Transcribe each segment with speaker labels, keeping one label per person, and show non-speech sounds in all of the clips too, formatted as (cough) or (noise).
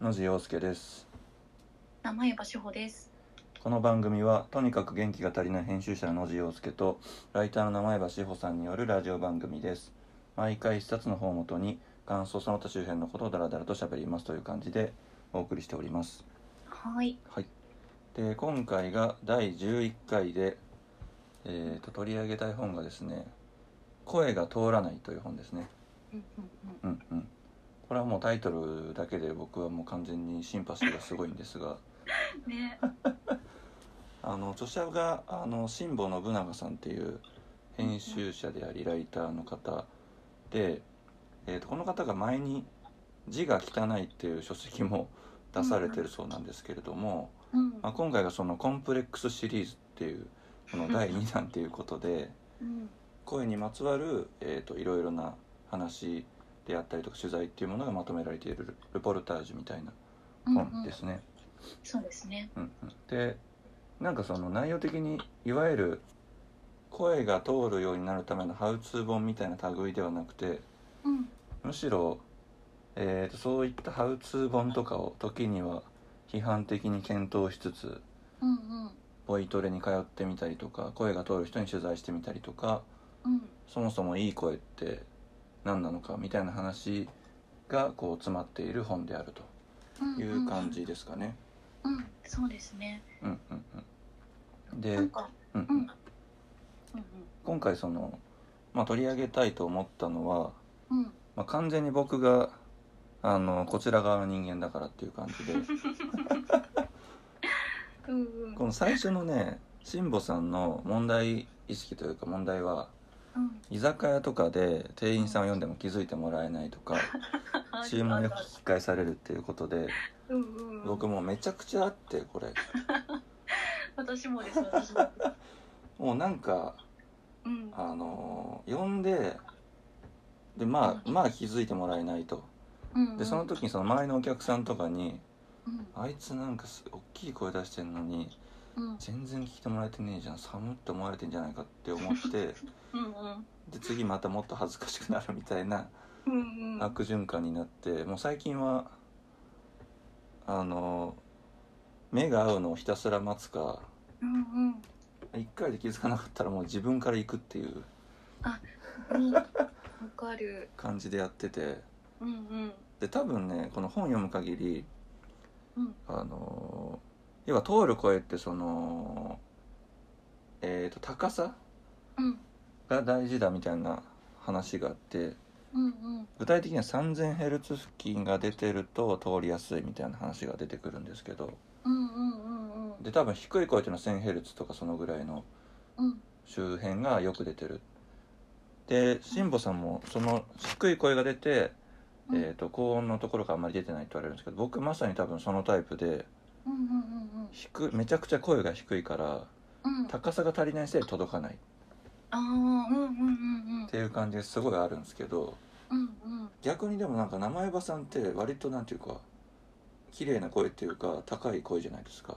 Speaker 1: 野地陽介です
Speaker 2: 名前は志保です。
Speaker 1: この番組はとにかく元気が足りない編集者の野地陽介とライターの名前橋穂さんによるラジオ番組です毎回一冊の本をもとに感想その他周辺のことをダラダラと喋りますという感じでお送りしております
Speaker 2: はい。
Speaker 1: はいで今回が第11回で、えー、と取り上げたい本がですね「声が通らない」という本ですね
Speaker 2: うんうんう
Speaker 1: う
Speaker 2: ん。
Speaker 1: んうんこれはもうタイトルだけで僕はもう完全にシンパシーがすごいんですが
Speaker 2: ね。
Speaker 1: あの著者があの辛坊信長さんっていう編集者でありライターの方で、えー、とこの方が前に「字が汚い」っていう書籍も出されてるそうなんですけれども、
Speaker 2: うん。
Speaker 1: まあ、今回がその「コンプレックスシリーズ」っていうこの第2弾ということで
Speaker 2: うん。
Speaker 1: 声にまつわる、えー、といろいろな話であったりとか取材っていうものがまとめられているルポルタージュみたいな
Speaker 2: うんう
Speaker 1: 本
Speaker 2: ん
Speaker 1: で。すね。
Speaker 2: そうですね。
Speaker 1: うんうんでなんかその内容的にいわゆる声が通るようになるためのハウツー本みたいな類ではなくて
Speaker 2: うん。
Speaker 1: むしろ、えーとそういったハウツー本とかを時には批判的に検討しつつ
Speaker 2: うんうん。
Speaker 1: ボイトレに通ってみたりとか声が通る人に取材してみたりとか
Speaker 2: うん。
Speaker 1: そもそもいい声って何なのかみたいな話がこう詰まっている本である
Speaker 2: うん。
Speaker 1: という感。じですかね。
Speaker 2: うん。そうですね。
Speaker 1: うんうんうん、で、
Speaker 2: なんか。
Speaker 1: うん
Speaker 2: う
Speaker 1: うんん、。
Speaker 2: うん
Speaker 1: 今回その、まあ、取り上げたいと思ったのは、
Speaker 2: うん。うん。
Speaker 1: まあ、完全に僕があのこちら側の人間だからっていう感じ
Speaker 2: (laughs)
Speaker 1: で
Speaker 2: うんうん。
Speaker 1: この最初のね辛坊さんの問題意識というか問題は
Speaker 2: うん。
Speaker 1: 居酒屋とかで店員さんを呼んでも気づいてもらえないと
Speaker 2: (laughs)
Speaker 1: か注文をよく引き返されるっていうことで
Speaker 2: うんうんうん。
Speaker 1: 僕もうめちゃくちゃあってこれ
Speaker 2: 私もです。私も。
Speaker 1: もうなんか
Speaker 2: うん。
Speaker 1: (laughs) あの呼んででまあまあ気づいてもらえないと
Speaker 2: うんうん。
Speaker 1: でその時にその周りのお客さんとかに
Speaker 2: うん。
Speaker 1: あいつなんかす大きい声出してんのに
Speaker 2: うん。
Speaker 1: 全然聞いてもらえてねえじゃん寒って思われてんじゃないかって思って
Speaker 2: (laughs) うんうん。
Speaker 1: で次またもっと恥ずかしくなるみたいな
Speaker 2: うんうん。
Speaker 1: 悪循環になってもう最近はあの目が合うのをひたすら待つか
Speaker 2: うんうん。
Speaker 1: 一回で気づかなかったらもう自分から行くっていう
Speaker 2: うん。わかる。
Speaker 1: 感じでやってて
Speaker 2: うんうん。
Speaker 1: で多分ねこの本読む限り
Speaker 2: うん。
Speaker 1: あの要は通る声ってそのえっ、と高さ
Speaker 2: うん。
Speaker 1: が大事だみたいな話があって
Speaker 2: うんうん。
Speaker 1: 具体的には 3000Hz 付近が出てると通りやすいみたいな話が出てくるんですけど
Speaker 2: うんうんうんうん。
Speaker 1: で多分低い声っていうのは 1000Hz とかそのぐらいの
Speaker 2: うん。
Speaker 1: 周辺がよく出てるで辛坊さんもその低い声が出て、
Speaker 2: うん
Speaker 1: えー、と高音のところがあんまり出てないって言われるんですけど僕まさに多分そのタイプで
Speaker 2: うんうんうん
Speaker 1: 低いめちゃくちゃ声が低いから
Speaker 2: うんうん。
Speaker 1: 高さが足りないせいで届かない
Speaker 2: ああ、うんうんうんうん
Speaker 1: って。いう感じがすごいあるんですけど。
Speaker 2: うんうん。
Speaker 1: 逆にでもなんか名前場さんって割となんていうか綺麗な声っていうか高い声じゃないですか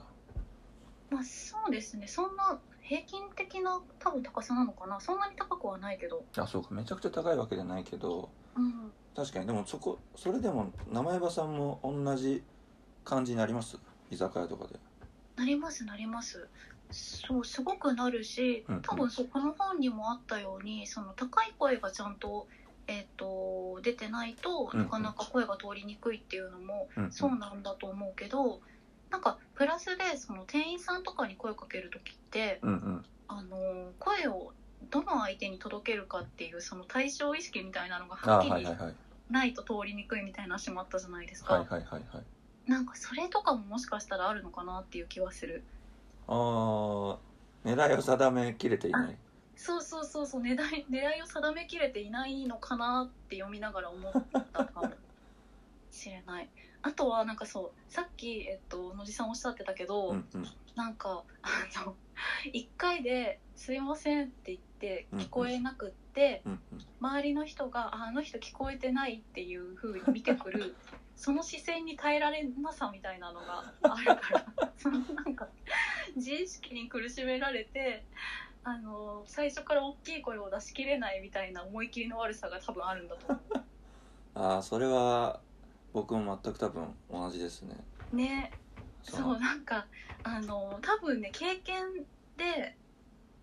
Speaker 2: まあそうですね。そんな平均的な多分高さなのかな。そんなに高くはないけど。
Speaker 1: あそうかめちゃくちゃ高いわけじゃないけど
Speaker 2: うん。
Speaker 1: 確かにでもそこそれでも名前場さんも同じ感じになります居酒屋とかで
Speaker 2: なりますなります。そうすごくなるし
Speaker 1: うんうん、
Speaker 2: 多分そうこの本にもあったように、その高い声がちゃんとえっ、と出てないと
Speaker 1: うんうん
Speaker 2: なかなか声が通りにくいっていうのも
Speaker 1: うん
Speaker 2: そうなんだと思うけど、なんかプラスでその店員さんとかに声をかける時って。
Speaker 1: うんうん
Speaker 2: あの声をどの相手に届けるかっていうその対象意識みたいなのが
Speaker 1: あ
Speaker 2: は
Speaker 1: は
Speaker 2: っ
Speaker 1: い
Speaker 2: き
Speaker 1: はい
Speaker 2: り
Speaker 1: はいはい
Speaker 2: ないと通りにくいみたいな話もあったじゃないですか、
Speaker 1: はいはいはいはい
Speaker 2: なんかそれとかももしかしたらあるのかなっていう気はする
Speaker 1: あー狙いを定めきれていない
Speaker 2: そうそうそうそう狙い狙いを定めきれていないのかなって読みながら思ったかもしれないあとはなんかそうさっき、えっと、野地さんおっしゃってたけど、
Speaker 1: うんうん
Speaker 2: なんかあの1回で「すいません」って言って聞こえなくって、
Speaker 1: うん
Speaker 2: 周りの人がああの人聞こえてないっていう風に見てく (laughs) るその視線に耐えられなさみたいなのがあるから (laughs) そのなんか自意識に苦しめられてあの最初から大きい声を出しきれないみたいな思い切りの悪さが多分あるんだと思う。
Speaker 1: ああそれは僕も全く多分同じですね
Speaker 2: (laughs) ね
Speaker 1: そ
Speaker 2: そう
Speaker 1: の
Speaker 2: なんかあの多分ね経験で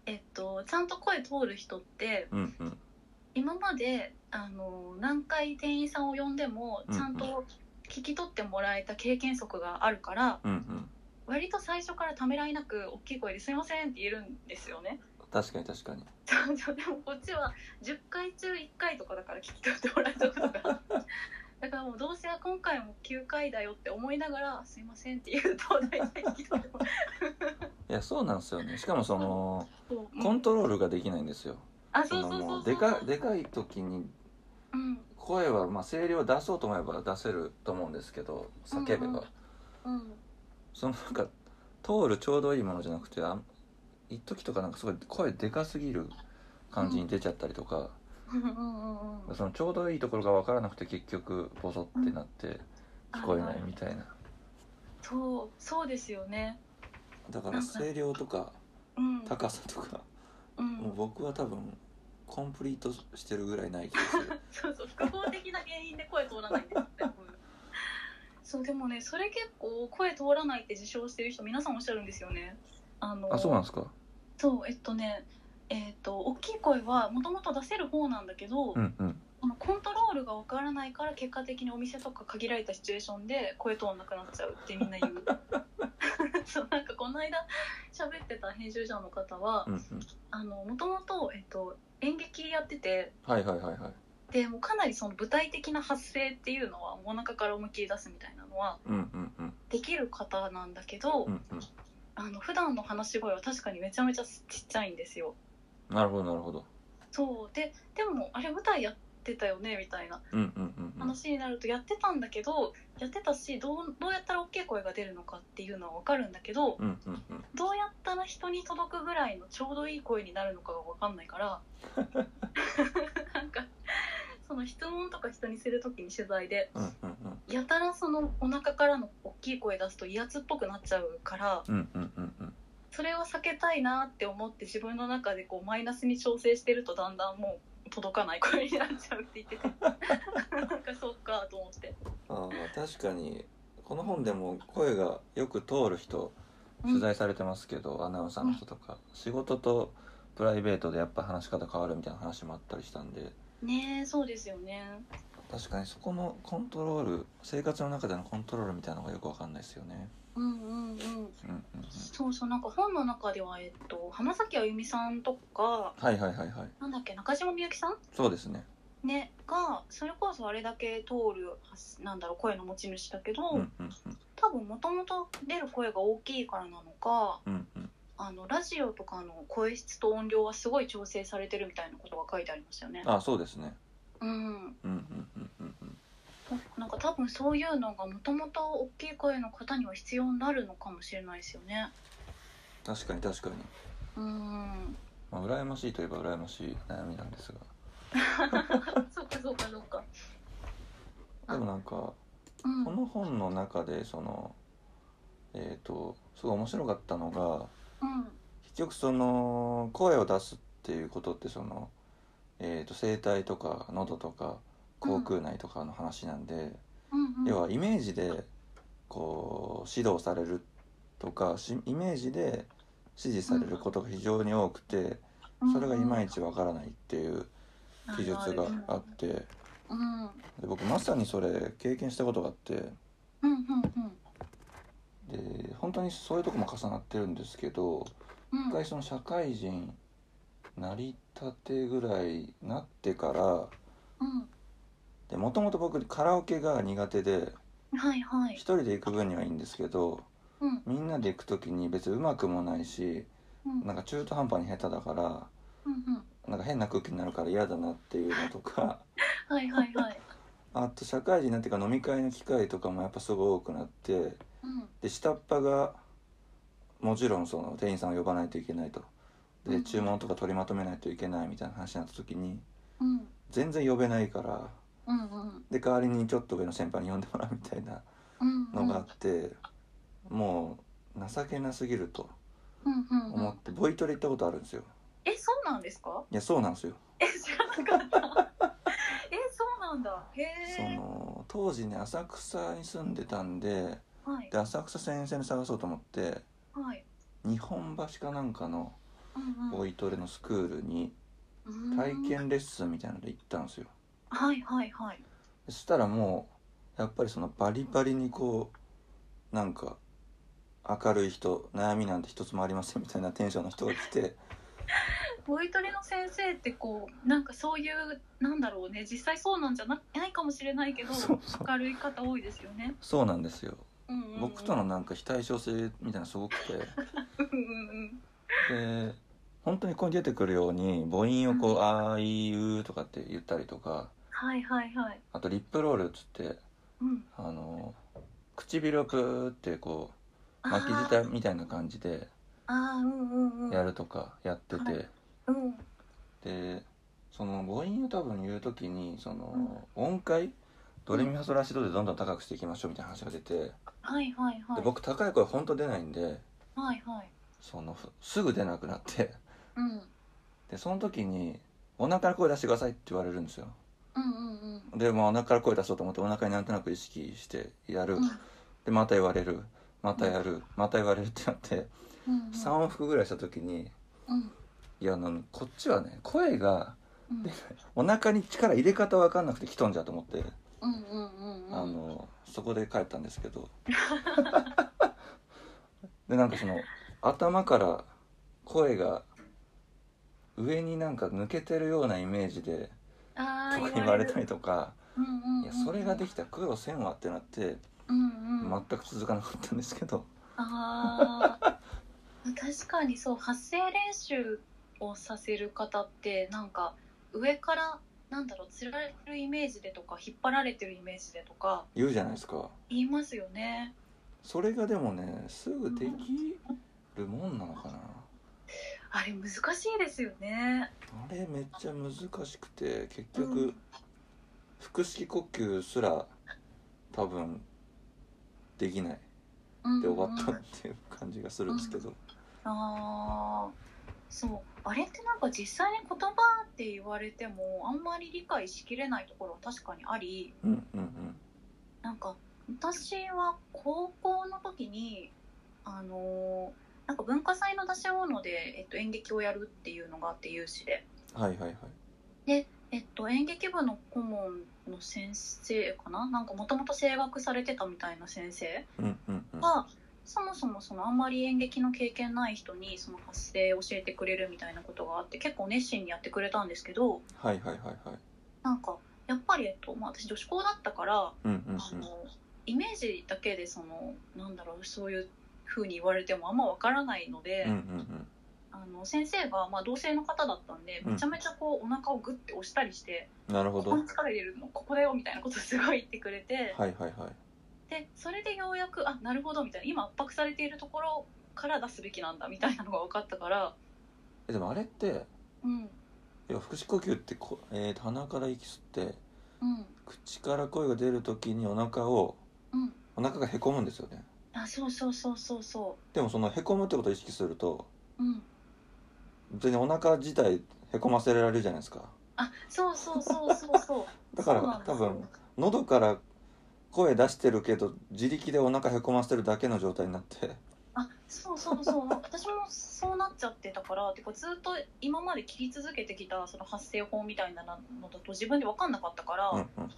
Speaker 2: えっとちゃんと声通る人って
Speaker 1: うんうん
Speaker 2: 今まであの何回店員さんを呼んでも
Speaker 1: うんうん
Speaker 2: ちゃんと聞き取ってもらえた経験則があるから、
Speaker 1: うんうん
Speaker 2: 割と最初からためらいなく大きい声で「すいません」って言えるんですよね。 (laughs)
Speaker 1: 確かに確かに
Speaker 2: そうそうでもこっちは10回中1回とかだから聞き取ってもらえたことがだからもうどうせ今回も9回だよって思いながら「すいません」って言うと大体聞き取ってもら
Speaker 1: いやそうなんですよねしかもその
Speaker 2: える
Speaker 1: コントロールができないんですよ
Speaker 2: あ
Speaker 1: そ
Speaker 2: そう
Speaker 1: の
Speaker 2: そうそう
Speaker 1: も
Speaker 2: そう
Speaker 1: うでかでかい時に
Speaker 2: うん
Speaker 1: 声はまあ声量を出そうと思えば出せると思うんですけど叫べば、
Speaker 2: うんうんうん
Speaker 1: そのなんか通るちょうどいいものじゃなくてあん一時とかなんかすごい声でかすぎる感じに出ちゃったりとか、
Speaker 2: うんうんうん
Speaker 1: そのちょうどいいところが分からなくて結局ボソってなって聞こえないみたいな、
Speaker 2: そうそうですよね
Speaker 1: だから声量とか
Speaker 2: うん
Speaker 1: 高さとか、
Speaker 2: う
Speaker 1: もうん僕は多分コンプリートしてるぐらいない気がする
Speaker 2: そうそう複合的な原因で声通らないんですよねうんそうでもねそれ結構声通らないって自称してる人皆さんおっしゃるんですよねあの
Speaker 1: あそうなんですか
Speaker 2: そうえっとねえっと大きい声はもともと出せる方なんだけど、
Speaker 1: うんうん
Speaker 2: そのコントロールがわからないから結果的にお店とか限られたシチュエーションで声通んなくなっちゃうってみんな
Speaker 1: (laughs)
Speaker 2: 言うそうなんかこの間喋ってた編集者の方は
Speaker 1: うんうん
Speaker 2: あのもともと、えっと、演劇やってて
Speaker 1: はいはいはいはい
Speaker 2: でもうかなりその舞台的な発声っていうのはお腹から思いっきり出すみたいなのは
Speaker 1: うんうんうん
Speaker 2: できる方なんだけど、
Speaker 1: うんうん
Speaker 2: あの普段の話し声は確かにめちゃめちゃちっちゃいんですよ。
Speaker 1: なるほどなるほど
Speaker 2: そうででもあれ舞台やってたよねみたいな
Speaker 1: うんうんうんうん
Speaker 2: 話になるとやってたんだけどやってたしどうどうやったら大きい声が出るのかっていうのは分かるんだけど
Speaker 1: うんうんうん
Speaker 2: どうやったら人に届くぐらいのちょうどいい声になるのかが分かんないから
Speaker 1: (laughs)
Speaker 2: なんかその質問とか人にする時に取材で
Speaker 1: うんうんうん
Speaker 2: やたらそのお腹からの大きい声出すと威圧っぽくなっちゃうから
Speaker 1: うんうんうんうん
Speaker 2: それを避けたいなって思って自分の中でこうマイナスに調整してるとだんだんもう届かない声になっちゃうって言
Speaker 1: (laughs)
Speaker 2: っててなんかそっかと思って
Speaker 1: ああ確かにこの本でも声がよく通る人取材されてますけど、アナウンサーの人とか、仕事とプライベートでやっぱ話し方変わるみたいな話もあったりしたんで
Speaker 2: ねえそうですよね
Speaker 1: 確かにそこのコントロール生活の中でのコントロールみたいなのがよくわかんないですよね。
Speaker 2: うんうんうん
Speaker 1: うんうんうん、
Speaker 2: そうそうなんか本の中ではえっと浜崎あゆみさんとか
Speaker 1: はいはいはいはい
Speaker 2: なんだっけ中島みゆきさん
Speaker 1: そうですね。
Speaker 2: ねがそれこそあれだけ通るなんだろう声の持ち主だけど、
Speaker 1: うんうん
Speaker 2: 多分もともと出る声が大きいからなのか
Speaker 1: うんうんうん
Speaker 2: あのラジオとかの声質と音量はすごい調整されてるみたいなことが書いてありましたよね。
Speaker 1: あそうですね。
Speaker 2: うん、
Speaker 1: うんうんうんうんうん
Speaker 2: なんか多分そういうのがもともと大きい声の方には必要になるのかもしれないですよね。
Speaker 1: 確かに確かに。
Speaker 2: うん、
Speaker 1: まあ羨ましいといえば羨ましい悩みなんです
Speaker 2: そっかそっかそっか。
Speaker 1: がでもなんか
Speaker 2: うん、
Speaker 1: この本の中でそのえっ、とすごい面白かったのが
Speaker 2: うん、
Speaker 1: 結局その声を出すっていうことってその、えー、と声帯とか喉とか口腔内とかの話なんで、
Speaker 2: うん、うん、
Speaker 1: 要はイメージでこう指導されるとかしイメージで指示されることが非常に多くてそれがいまいちわからないっていう記述があっ。てで
Speaker 2: うん、うん、
Speaker 1: 僕まさにそれ経験したことがあって。
Speaker 2: うん、うん、
Speaker 1: で本当にそういうとこも重なってるんですけど
Speaker 2: うん、
Speaker 1: 一回その社会人なりたてぐらいなってから
Speaker 2: うん、
Speaker 1: でもともと僕カラオケが苦手で
Speaker 2: はい、は
Speaker 1: 一
Speaker 2: い、
Speaker 1: 人で行く分にはいいんですけど
Speaker 2: うん、
Speaker 1: みんなで行く時に別にうまくもないし
Speaker 2: うん、
Speaker 1: なんか中途半端に下手だから
Speaker 2: うん、うん、
Speaker 1: なんか変な空気になるから嫌だなっていうのとか
Speaker 2: はい、はい、はい、
Speaker 1: あと社会人になってから飲み会の機会とかもやっぱすごい多くなって
Speaker 2: うん、
Speaker 1: で下っ端がもちろんその店員さんを呼ばないといけないと
Speaker 2: う
Speaker 1: で
Speaker 2: ん
Speaker 1: 注文とか取りまとめないといけないみたいな話になった時に
Speaker 2: うん、
Speaker 1: 全然呼べないから
Speaker 2: うん、うん、
Speaker 1: で代わりにちょっと上の先輩に呼んでもらうみたいな
Speaker 2: うん、
Speaker 1: のがあって、もう情けなすぎると
Speaker 2: うん、うん、う
Speaker 1: 思っ
Speaker 2: ん、
Speaker 1: てボイトレ行ったことあるんですよ (laughs)
Speaker 2: え、そうなんですか。
Speaker 1: いやそうなんですよ
Speaker 2: え知らなかったえそうななんだへ
Speaker 1: そ
Speaker 2: え
Speaker 1: の当時ね浅草に住んでたんで
Speaker 2: はい
Speaker 1: で浅草線沿線で探そうと思って
Speaker 2: はい
Speaker 1: 日本橋かなんかの
Speaker 2: うん
Speaker 1: ボイトレのスクールに
Speaker 2: うん
Speaker 1: 体
Speaker 2: うん
Speaker 1: 験レッスンみたいなので行ったんですよ
Speaker 2: はいはいはい
Speaker 1: そしたらもうやっぱりそのバリバリにこうなんか明るい人悩みなんて一つもありませんみたいなテンションの人が来て
Speaker 2: ボイトレの先生ってこうなんかそういうなんだろうね実際そうなんじゃなないかもしれないけど
Speaker 1: そうそう
Speaker 2: 明るい方多いですよね、
Speaker 1: そうなんですよ
Speaker 2: うんうんうん、
Speaker 1: 僕とのなんか非対称性みたいなのすごくて
Speaker 2: うんうんうん
Speaker 1: で本当にここに出てくるように母音をこう「あいう」とかって言ったりとか
Speaker 2: はいはいはい
Speaker 1: あとリップロールっつって
Speaker 2: うん
Speaker 1: あの唇をプーってこう巻き
Speaker 2: あー
Speaker 1: 舌みたいな感じで
Speaker 2: あーうんうんうん
Speaker 1: やるとかやってて。
Speaker 2: うん
Speaker 1: でその母音を多分言う時にその音階ドレミファソラシドでどんどん高くしていきましょうみたいな話が出てで
Speaker 2: はいはいはい
Speaker 1: 僕高い声ほんと出ないんで
Speaker 2: はいはい
Speaker 1: そのふすぐ出なくなって
Speaker 2: うんうん
Speaker 1: でその時に「お腹から声出してください」って言われるんですよ
Speaker 2: うんうん
Speaker 1: でまあお腹から声出そうと思ってお腹になんとなく意識してやる
Speaker 2: うん
Speaker 1: でまた言われるまたやるまた言われるってなって
Speaker 2: うんうん
Speaker 1: 3往復ぐらいした時に
Speaker 2: うん
Speaker 1: いやあのこっちはね声が
Speaker 2: うん
Speaker 1: お腹に力入れ方わかんなくてきとんじゃと思って。
Speaker 2: うんうんうんうん
Speaker 1: あのそこで帰ったんですけ
Speaker 2: (laughs)
Speaker 1: どでなんかその頭から声が上になんか抜けてるようなイメージで
Speaker 2: あ
Speaker 1: と
Speaker 2: ー
Speaker 1: か言われ
Speaker 2: る
Speaker 1: たりとか
Speaker 2: うんうんうん
Speaker 1: いやそれができたら苦労せんわってなって
Speaker 2: うんうん、
Speaker 1: 全く続かなかったんですけど
Speaker 2: あー
Speaker 1: (laughs)
Speaker 2: 確かにそう発声練習をさせる方ってなんか上からなんだろうつられるイメージでとか引っ張られてるイメージでとか
Speaker 1: 言うじゃないですか
Speaker 2: 言いますよね
Speaker 1: それがでもねすぐできるもんなのかな
Speaker 2: あれ難しいですよね
Speaker 1: あれめっちゃ難しくて結
Speaker 2: う
Speaker 1: 局
Speaker 2: ん
Speaker 1: 腹式呼吸すら多分できない
Speaker 2: うん
Speaker 1: で終わったっていう感じがするんですけど、
Speaker 2: あーそうあれってなんか実際に言葉って言われてもあんまり理解しきれないところは確かにあり、
Speaker 1: うん、うんうん
Speaker 2: なんか私は高校の時にあのーなんか文化祭の出し物で、えっと、演劇をやるっていうのがあって有志で、
Speaker 1: はいはいはい
Speaker 2: えっと、演劇部の顧問の先生かななんかもともと声楽されてたみたいな先生
Speaker 1: うんうんうん
Speaker 2: が、そもそもそのあんまり演劇の経験ない人にその発声教えてくれるみたいなことがあって結構熱心にやってくれたんですけど
Speaker 1: はいはいはいはい
Speaker 2: なんかやっぱり、えっとまあ、私女子校だったから
Speaker 1: うんうん
Speaker 2: あのイメージだけでそのなんだろうそういう風に言われてもあんまわからないので、
Speaker 1: うんうんうん
Speaker 2: あの先生がまあ同性の方だったんで
Speaker 1: うん
Speaker 2: めちゃめちゃこうお腹をグッて押したりして、
Speaker 1: うんなるほ
Speaker 2: こ
Speaker 1: ど
Speaker 2: こ
Speaker 1: はい
Speaker 2: に力入れるのここだよみたいなことをすごい言ってくれて、
Speaker 1: はいはい
Speaker 2: でそれでようやくあなるほどみたいな今圧迫されているところから出すべきなんだみたいなのが分かったから、
Speaker 1: えでもあれって
Speaker 2: うん
Speaker 1: いや腹式呼吸ってこ、えーと鼻から息吸って
Speaker 2: うん
Speaker 1: 口から声が出る時にお腹を
Speaker 2: うん、
Speaker 1: お腹がへこむんですよね
Speaker 2: あそうそうそうそうそ
Speaker 1: でもそのへこむってことを意識すると
Speaker 2: う、うん、
Speaker 1: 全然お腹自体へこませられるじゃないですか
Speaker 2: あそうそうそうそうそう
Speaker 1: だから
Speaker 2: そうなんです
Speaker 1: 多
Speaker 2: よ
Speaker 1: 分喉から声出してるけど自力でお腹へこませてるだけの状態になって
Speaker 2: あそうそうそう私もそうなっちゃってたからてかずっと今まで切り続けてきたその発声法みたいなのだと自分で分かんなかったから、
Speaker 1: うんうんうん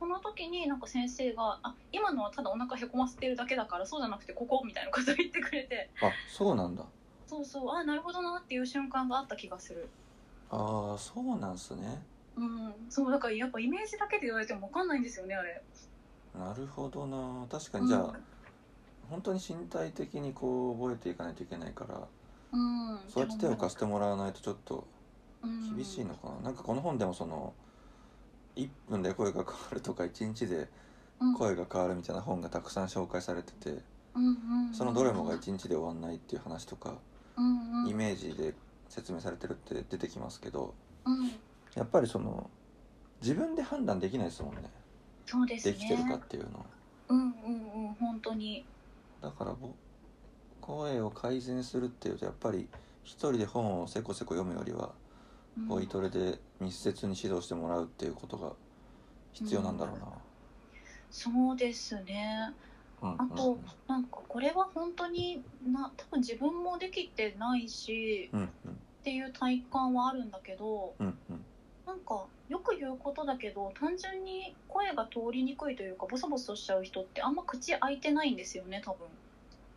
Speaker 2: その時になんか先生が「あ今のはただお腹へこませてるだけだからそうじゃなくてここ」みたいなこと言ってくれて
Speaker 1: あそうなんだ
Speaker 2: そうそうあなるほどなっていう瞬間があった気がする。
Speaker 1: ああそうなんすね
Speaker 2: うん、そうだからやっぱイメージだけで言われても分かんないんですよねあれ。
Speaker 1: なるほどな確かにじゃあ、本当に身体的にこう覚えていかないといけないから
Speaker 2: うん、うん、
Speaker 1: そうやって手を貸してもらわないとちょっと
Speaker 2: うん
Speaker 1: 厳しいのかな、なんかこの本でもその1分で声が変わるとか1日で声が変わるみたいな本がたくさん紹介されてて
Speaker 2: うんうんうん
Speaker 1: そのどれもが1日で終わんないっていう話とか
Speaker 2: うんうん
Speaker 1: イメージで説明されてるって出てきますけど
Speaker 2: うん
Speaker 1: やっぱりその自分で判断できないですもんね
Speaker 2: そうです
Speaker 1: で
Speaker 2: ね
Speaker 1: きてるかっていうのは
Speaker 2: うんうんうん本当に
Speaker 1: だからぼ声を改善するっていうとやっぱり一人で本をせこせこ読むよりはボイトレで密接に指導してもらうっていうことが必要なんだろうな。
Speaker 2: そうですね
Speaker 1: うん
Speaker 2: あとなんかこれは本当にな多分自分もできてないし
Speaker 1: うんうん
Speaker 2: っていう体感はあるんだけど
Speaker 1: うんうん
Speaker 2: なんかよく言うことだけど単純に声が通りにくいというかボソボソしちゃう人ってあんま口開いてないんですよね多分。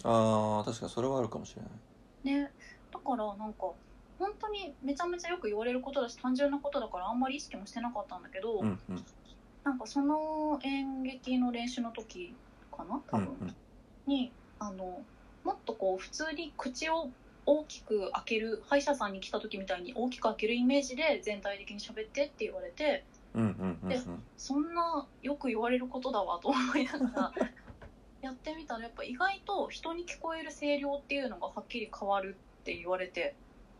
Speaker 1: あー確かにそれはあるかもしれない。
Speaker 2: ねだからなんか本当にめちゃめちゃよく言われることだし単純なことだからあんまり意識もしてなかったんだけど、
Speaker 1: うんうん
Speaker 2: なんかその演劇の練習の時かな
Speaker 1: う
Speaker 2: 多
Speaker 1: ん
Speaker 2: 分、
Speaker 1: うん
Speaker 2: にあのもっとこう普通に口を大きく開ける歯医者さんに来た時みたいに大きく開けるイメージで全体的に喋ってって言われて
Speaker 1: うんうんうんう
Speaker 2: で
Speaker 1: ん
Speaker 2: そんなよく言われることだわと思いなが
Speaker 1: (laughs)
Speaker 2: らやってみたらやっぱ意外と人に聞こえる声量っていうのがはっきり変わるって言われて。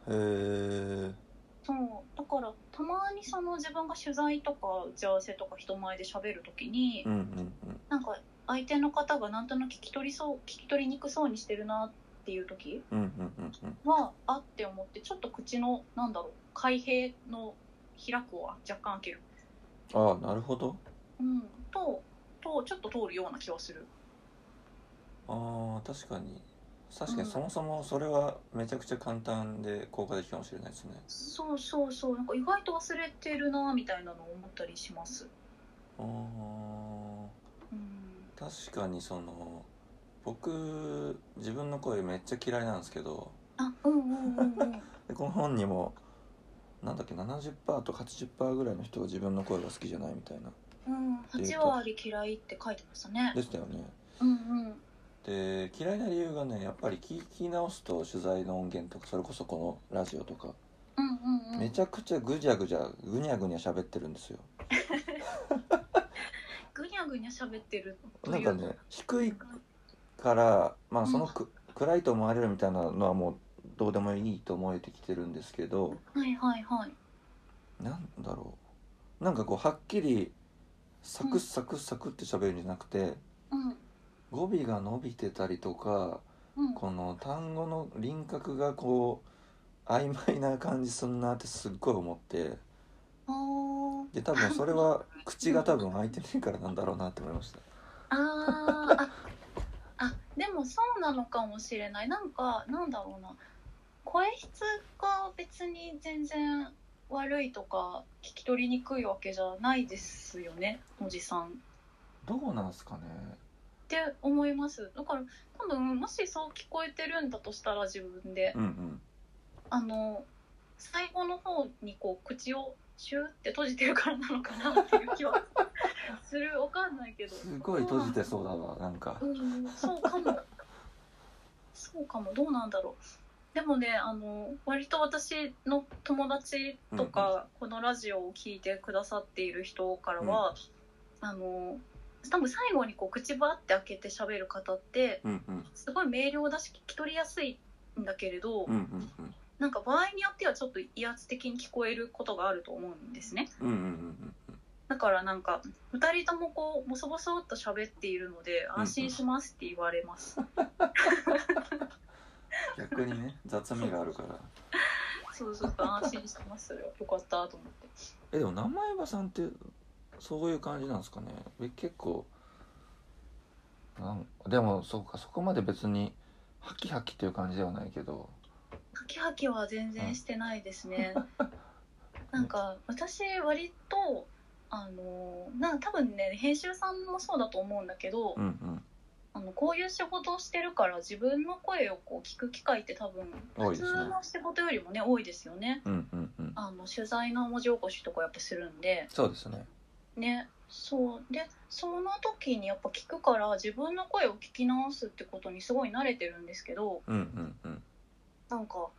Speaker 1: へー
Speaker 2: そうだからたまにその自分が取材とか打ち合わせとか人前で喋る時に、
Speaker 1: うんうんうん
Speaker 2: なんか相手の方がなんとなく聞き取りそう聞き取りにくそうにしてるなっていう時
Speaker 1: うんうんうんうん
Speaker 2: はあって思ってちょっと口のなんだろう開閉の開くを若干開ける、
Speaker 1: ああなるほど。
Speaker 2: うん、ととちょっと通るような気はする。
Speaker 1: ああ確かに確か
Speaker 2: う
Speaker 1: に
Speaker 2: ん
Speaker 1: そもそもそれはめちゃくちゃ簡単で効果的かもしれないですね。
Speaker 2: そうそうそうなんか意外と忘れてるなみたいなのを思ったりします。
Speaker 1: あー
Speaker 2: うん、
Speaker 1: 確かにその僕自分の声めっちゃ嫌いなんですけど
Speaker 2: あうんうんうんうん。
Speaker 1: でこの本にもなんだっけ70%とか80%ぐらいの人が自分の声が好きじゃないみたいな
Speaker 2: うん、8割嫌いって書いてましたね。
Speaker 1: でしたよね
Speaker 2: うんうん。
Speaker 1: で嫌いな理由がねやっぱり聞き直すと取材の音源とかそれこそこのラジオとか
Speaker 2: うんうんうん、
Speaker 1: めちゃくちゃぐじゃぐじゃぐにゃぐにゃ喋ってるんですよ
Speaker 2: ぐにゃぐにゃ喋ってると
Speaker 1: ないん
Speaker 2: う
Speaker 1: かね低いからまあそのく、暗いと思われるみたいなのはもうどうでもいいと思えてきてるんですけど
Speaker 2: はいはいはい
Speaker 1: なんだろうなんかこうはっきりサクッサクッサクって喋るんじゃなくて
Speaker 2: うん
Speaker 1: 語尾が伸びてたりとか
Speaker 2: うん
Speaker 1: この単語の輪郭がこう曖昧な感じすんなってすっごい思って
Speaker 2: あ
Speaker 1: で多分それ (laughs) は口が多分開いてねえからなんだろうなって思いました。
Speaker 2: ーあーああでもそうなのかもしれないなんかなんだろうな声質が別に全然悪いとか聞き取りにくいわけじゃないですよねおじさんっ
Speaker 1: どうなんすかね
Speaker 2: て思いますだから多分もしそう聞こえてるんだとしたら自分で
Speaker 1: うんうん
Speaker 2: あの最後の方にこう口をシューって閉じてるからなのかなっていう気はするわかんないけど
Speaker 1: すごい閉じてそうだわなんか
Speaker 2: うんそうかもそうかもどうなんだろうでもねあの割と私の友達とか、このラジオを聞いてくださっている人からは、あの多分最後にこう口ばって開けて喋る方って
Speaker 1: うんうん
Speaker 2: すごい明瞭だし聞き取りやすいんだけれど、
Speaker 1: うんうんうん
Speaker 2: なんか場合によってはちょっと威圧的に聞こえることがあると思うんですね
Speaker 1: うんうんうん
Speaker 2: だからなんか2人ともこうボソボソっと喋っているので
Speaker 1: ん
Speaker 2: 安心しますって言われます、
Speaker 1: 逆にね雑味があるから
Speaker 2: そうそうそう安心してますそれはよかったと思って
Speaker 1: えでも名前場さんってそういう感じなんですかねえ結構なんでもそうかそこまで別にハキハキっていう感じではないけど
Speaker 2: ハキハキは全然してないで
Speaker 1: (laughs)
Speaker 2: すねなんか私割とあのなんか多分ね編集さんもそうだと思うんだけど、
Speaker 1: うんうん
Speaker 2: あのこういう仕事をしてるから自分の声をこう聞く機会って多分
Speaker 1: 多
Speaker 2: 普
Speaker 1: いです
Speaker 2: 通
Speaker 1: ね
Speaker 2: の仕事よりもね多いですよね
Speaker 1: うんうんうん
Speaker 2: あの取材の文字起こしとかやっぱするんで
Speaker 1: そうですね
Speaker 2: ねそうでその時にやっぱ聞くから自分の声を聞き直すってことにすごい慣れてるんですけど
Speaker 1: うんうんうん
Speaker 2: なんか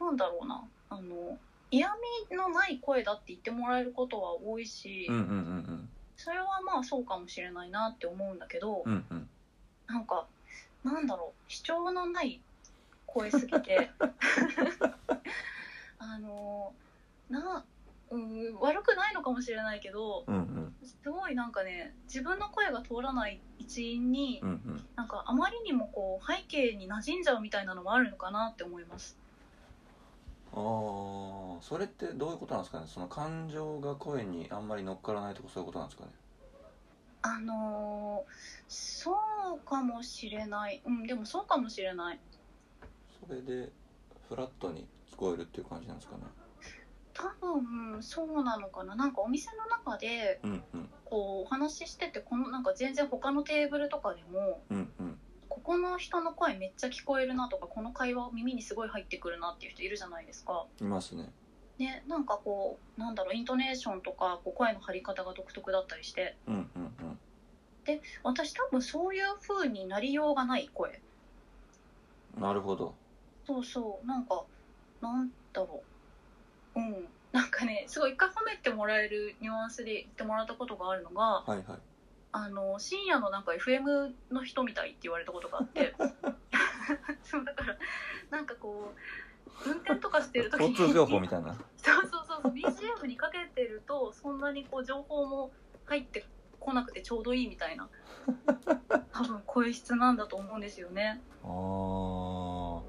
Speaker 2: なんだろうなあの嫌味のない声だって言ってもらえることは多いし、
Speaker 1: うんうんうん
Speaker 2: それはまあそうかもしれないなって思うんだけど、
Speaker 1: うんうんうん
Speaker 2: なんかなんだろう主張のない声すぎ
Speaker 1: (laughs)
Speaker 2: てあのなうん悪くないのかもしれないけど
Speaker 1: うんうん
Speaker 2: すごいなんかね自分の声が通らない一因に、
Speaker 1: うんうん
Speaker 2: なんかあまりにもこう背景に馴染んじゃうみたいなのもあるのかなって思います。
Speaker 1: あああそれってどういうことなんですかねその感情が声にあんまり乗っからないとかそういうことなんですかね
Speaker 2: あのーそうかもしれない、うん、でもそうかもしれない
Speaker 1: それでフラットに聞こえるっていう感じなんですかね
Speaker 2: 多分そうなのかななんかお店の中で
Speaker 1: うんうん
Speaker 2: こうお話ししててこのなんか全然他のテーブルとかでも
Speaker 1: うんうん
Speaker 2: ここの人の声めっちゃ聞こえるなとかこの会話耳にすごい入ってくるなっていう人いるじゃないですか。
Speaker 1: いますね
Speaker 2: ね、なんかこうなんだろうイントネーションとかこう声の張り方が独特だったりして
Speaker 1: うんうんうん
Speaker 2: 私多分そういう風になりようがない声
Speaker 1: なるほど
Speaker 2: そうそうなんかなんだろううんなんかねすごい一回褒めてもらえるニュアンスで言ってもらったことがあるのが
Speaker 1: はいはい
Speaker 2: あの深夜のなんか FM の人みたいって言われたことがあってそうだからなんかこう運転とかしてる時に
Speaker 1: 交通情報みたいな (laughs)
Speaker 2: そうそうそうそう BGM にかけてるとそんなにこう情報も入ってこなくてちょうどいいみたいな多分声質なんだと思うんですよね
Speaker 1: あー
Speaker 2: そ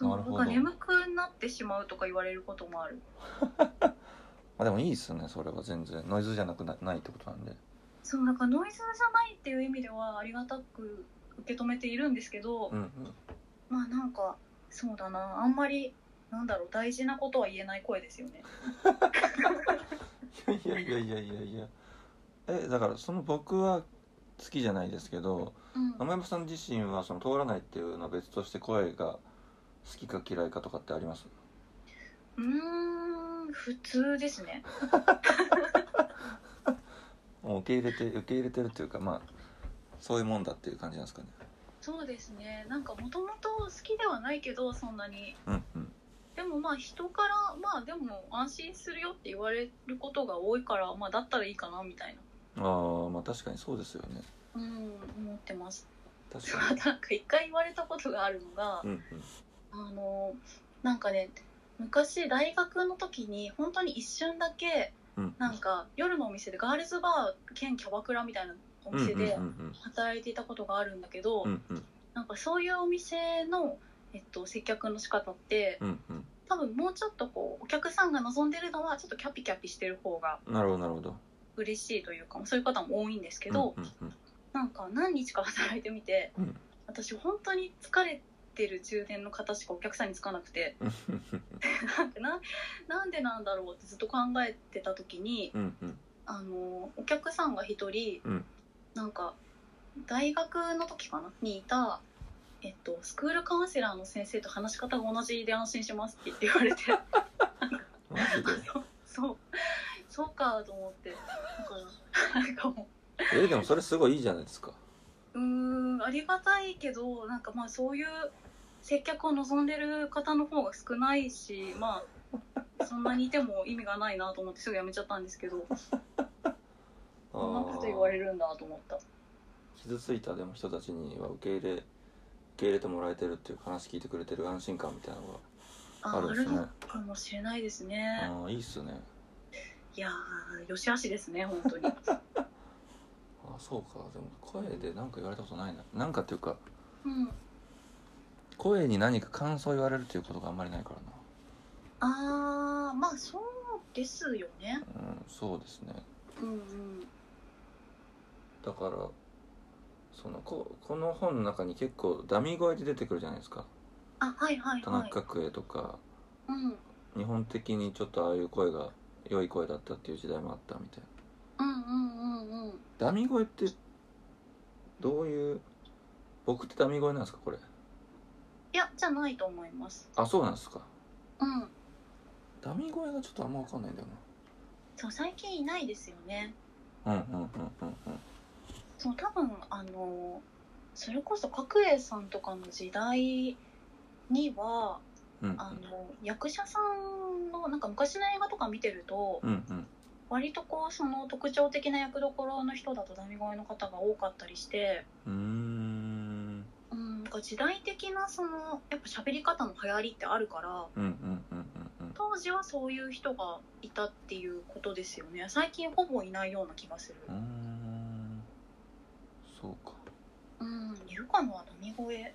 Speaker 2: う
Speaker 1: なるほど
Speaker 2: んか眠くなってしまうとか言われることもある
Speaker 1: あでもいいっすねそれは全然ノイズじゃなくなないってことなんで
Speaker 2: そうなんかノイズじゃないっていう意味ではありがたく受け止めているんですけど、
Speaker 1: うんうん
Speaker 2: まあなんかそうだなあんまりなんだろう大事なことは言えない声ですよね
Speaker 1: いやいやいやいやいやえだからその僕は好きじゃないですけど
Speaker 2: うん
Speaker 1: 野山さん自身はその通らないっていうのは別として声が好きか嫌いかとかってあります
Speaker 2: うーん普通ですね
Speaker 1: もう受け入れて受け入れてるっていうかまあそういうもんだっていう感じなんですかね
Speaker 2: そうですねなんかもともと好きではないけどそんなに
Speaker 1: うんうん
Speaker 2: でもまあ人からまあでも安心するよって言われることが多いからまあだったらいいかなみたい
Speaker 1: ああまあ確かにそうですよね
Speaker 2: なうん思ってます
Speaker 1: 確
Speaker 2: そう
Speaker 1: か
Speaker 2: なん
Speaker 1: に
Speaker 2: か一回言われたことがあるのが
Speaker 1: うん
Speaker 2: あのなんかね昔大学の時に本当に一瞬だけ
Speaker 1: うんうん
Speaker 2: なんか夜のお店でガールズバー兼キャバクラみたいなお
Speaker 1: うんうん
Speaker 2: 店
Speaker 1: うん
Speaker 2: で働いていたことがあるんだけど、
Speaker 1: うんうん
Speaker 2: なんかそういうお店の、えっと、接客の仕方って
Speaker 1: うんうん
Speaker 2: 多分もうちょっとこうお客さんが望んでるのはちょっとキャピキャピしてる方が
Speaker 1: なるほどなるほど
Speaker 2: 嬉しいというかそういう方も多いんですけど、
Speaker 1: うんうん
Speaker 2: なんか何日か働いてみて
Speaker 1: うんうん
Speaker 2: 私本当に疲れてる充電の方しかお客さんにつかなくて (laughs)
Speaker 1: うん
Speaker 2: なんかななんでなんだろうってずっと考えてた時に
Speaker 1: うんうん
Speaker 2: あのお客さんが一人、
Speaker 1: うん
Speaker 2: なんか大学の時かなにいた、えっと、スクールカウンセラーの先生と話し方が同じで安心しますって言
Speaker 1: (laughs)
Speaker 2: われて
Speaker 1: マジ
Speaker 2: (laughs)
Speaker 1: で
Speaker 2: そうそうかと思ってだからなんかも
Speaker 1: えでもそれすごいいいじゃないですか
Speaker 2: ううーんありがたいけどなんかまあそういう接客を望んでる方の方が少ないしまあそんなにいても意味がないなと思ってすぐやめちゃったんですけ
Speaker 1: (laughs)
Speaker 2: ど
Speaker 1: あ
Speaker 2: そんな
Speaker 1: ー
Speaker 2: こと言われるんだと思った。
Speaker 1: 傷ついたでも人たちには受け入れ受け入れてもらえてるっていう話聞いてくれてる安心感みたいなのが
Speaker 2: あ
Speaker 1: あるん
Speaker 2: あ
Speaker 1: です
Speaker 2: る
Speaker 1: ね
Speaker 2: のかもしれないですね。
Speaker 1: ああいいっすね
Speaker 2: いやー、よしあしですね、本
Speaker 1: (laughs)
Speaker 2: 当に。
Speaker 1: あそうかでも声で何か言われたことないななんかっていうか
Speaker 2: うん、
Speaker 1: 声に何か感想言われるっていうことがあんまりないからな
Speaker 2: あー、まあそうですよね。
Speaker 1: うんそうですね
Speaker 2: うんうん。
Speaker 1: だからそのここの本の中に結構ダミー声で出てくるじゃないですか
Speaker 2: あ、はいはい
Speaker 1: 田
Speaker 2: はい。
Speaker 1: 中角栄とか
Speaker 2: うん、うん
Speaker 1: 日本的にちょっとああいう声が良い声だったっていう時代もあったみたいな
Speaker 2: うんうんうん。
Speaker 1: ダミー声ってどういう僕ってダミー声なんですかこれ
Speaker 2: いや、じゃないと思います。
Speaker 1: あそうなんですか
Speaker 2: うん。
Speaker 1: ダミー声がちょっとあんま分かんないんだよ
Speaker 2: そう、最近いないですよね。
Speaker 1: なうんうんうんうんうん
Speaker 2: そう、多分、あのーそれこそ角栄さんとかの時代には、
Speaker 1: うんうん
Speaker 2: あの、役者さんの、なんか昔の映画とか見てると、
Speaker 1: うんうん
Speaker 2: 割とこうその特徴的な役どころの人だとダミ声の方が多かったりして
Speaker 1: うーん
Speaker 2: うんなんか時代的なそのやっぱ喋り方の流行りってあるから
Speaker 1: うんうんうんうんうん
Speaker 2: 当時はそういう人がいたっていうことですよね最近ほぼいないような気がする
Speaker 1: うーんそうか
Speaker 2: うんいるかなダミ声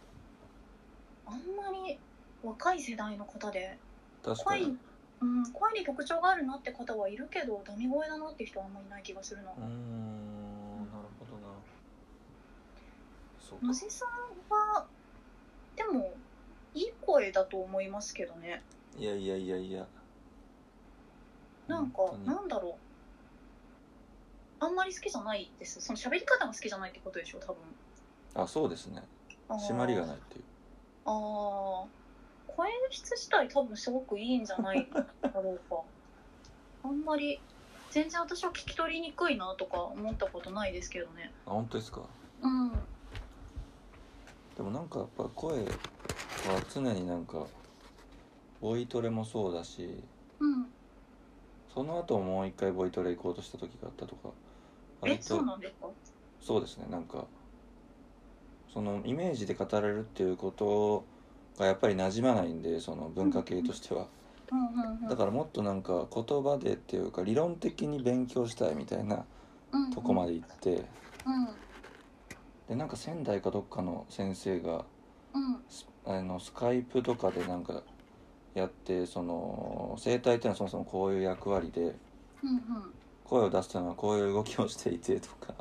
Speaker 2: あんまり若い世代の方で
Speaker 1: 確か
Speaker 2: 声
Speaker 1: に
Speaker 2: に、うん、声に特徴があるなって方はいるけどダミ声だなって人はあんまりいない気がするな
Speaker 1: うーんなるほどなそう
Speaker 2: 野
Speaker 1: か
Speaker 2: 地さんはでもいい声だと思いますけどね
Speaker 1: いやいやいやいや
Speaker 2: なんか
Speaker 1: 本当
Speaker 2: な
Speaker 1: に
Speaker 2: んだろうあんまり好きじゃないですその喋り方が好きじゃないってことでしょ多分
Speaker 1: あそうですね
Speaker 2: あー
Speaker 1: 締まりがないっていう
Speaker 2: あー声質自体多分すごくいいんじゃないだろう
Speaker 1: (laughs)
Speaker 2: かあんまり全然私は聞き取りにくいなとか思ったことないですけどね
Speaker 1: あ本当ですか
Speaker 2: うん
Speaker 1: でもなんかやっぱ声は常になんかボイトレもそうだし
Speaker 2: うん
Speaker 1: その後もう一回ボイトレ行こうとした時があったとか
Speaker 2: え
Speaker 1: 割と
Speaker 2: そうなんですか
Speaker 1: そうですねなんかそのイメージで語られるっていうことがやっぱり馴染まないんでその文化系としては
Speaker 2: うんうんうん
Speaker 1: だからもっとなんか言葉でっていうか理論的に勉強したいみたいな
Speaker 2: ら
Speaker 1: とこま
Speaker 2: で
Speaker 1: で行って
Speaker 2: うん
Speaker 1: でなんか仙台かどっかの先生が
Speaker 2: うん
Speaker 1: スあのスカイプとかでなんかやってその声帯っていうのはそもそもこういう役割で
Speaker 2: うんうん
Speaker 1: 声を出すためにはこういう動きをしていてとか、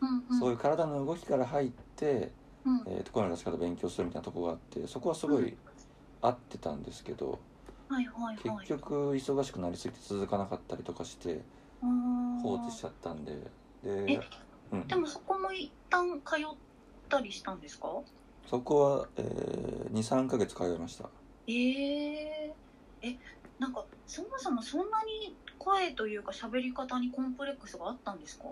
Speaker 2: うんうん
Speaker 1: そういう体の動きから入って、
Speaker 2: うん
Speaker 1: えーと声の出し方を勉強するみたいなとこがあってそこはすごい合ってたんですけど、
Speaker 2: はいはいはい
Speaker 1: 結局忙しくなりすぎて続かなかったりとかして放
Speaker 2: 放
Speaker 1: 置しちゃったんで
Speaker 2: え
Speaker 1: で,、うん
Speaker 2: で、もそこも一旦通ったりしたんですか
Speaker 1: そこは、えー、23ヶ月通いました
Speaker 2: えええなんかそもそもそんなに声というか喋り方にコンプレックスがあったんですか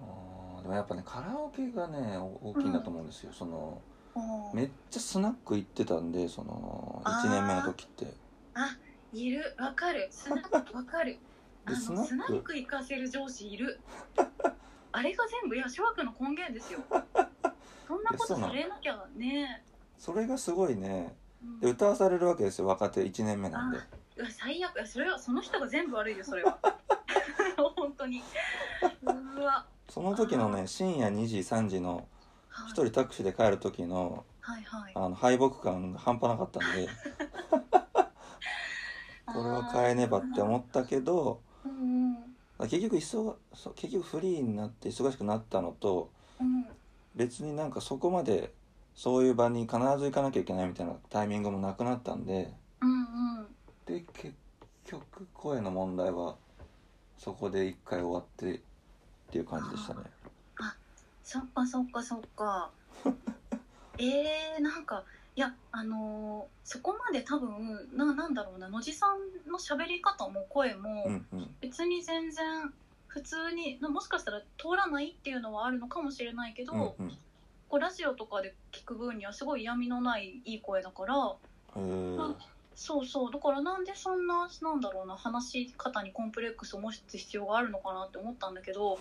Speaker 1: あーでもやっぱねカラオケがねお大きいんだと思うんですよ、その
Speaker 2: あー
Speaker 1: めっちゃスナック行ってたんでその
Speaker 2: あー
Speaker 1: 1年目の時って
Speaker 2: いるわかるスナック (laughs) わかるあ
Speaker 1: で
Speaker 2: の
Speaker 1: スナ
Speaker 2: スナ
Speaker 1: ック
Speaker 2: ック行かせる上司
Speaker 1: (laughs)
Speaker 2: いるあれが全部いや諸悪の根源ですよそんなことされなきゃね
Speaker 1: それがすごいね
Speaker 2: うん
Speaker 1: で歌わされるわけですよ若手1年目なんで
Speaker 2: うわ最悪いやそれはその人が全部悪いよそれ
Speaker 1: (laughs)
Speaker 2: は本当にうわ
Speaker 1: その時のね深夜2時3時の
Speaker 2: はい
Speaker 1: 一人タクシーで帰る時の
Speaker 2: はいはい
Speaker 1: あの敗北感が半端なかったんでこれは変えねばって思ったけど
Speaker 2: あーうんうん
Speaker 1: 結局忙そう結局フリーになって忙しくなったのと
Speaker 2: うん
Speaker 1: 別になんかそこまでそういう場に必ず行かなきゃいけないみたいなタイミングもなくなったんで
Speaker 2: うんうん
Speaker 1: で結局声の問題はそこで一回終わってっていう感じでしたね
Speaker 2: そっかそっかそっ
Speaker 1: (laughs)
Speaker 2: かえー、なんかいやあのーそこまで多分ななんだろうな野地さんの喋り方も声も、
Speaker 1: うんうん
Speaker 2: 別に全然普通になもしかしたら通らないっていうのはあるのかもしれないけど、
Speaker 1: うんうん
Speaker 2: こうラジオとかで聞く分にはすごい嫌味のないいい声だから
Speaker 1: えー
Speaker 2: そうそうだからなんでそんななんだろうな話し方にコンプレックスを持つ必要があるのかなって思ったんだけ
Speaker 1: (laughs)
Speaker 2: ど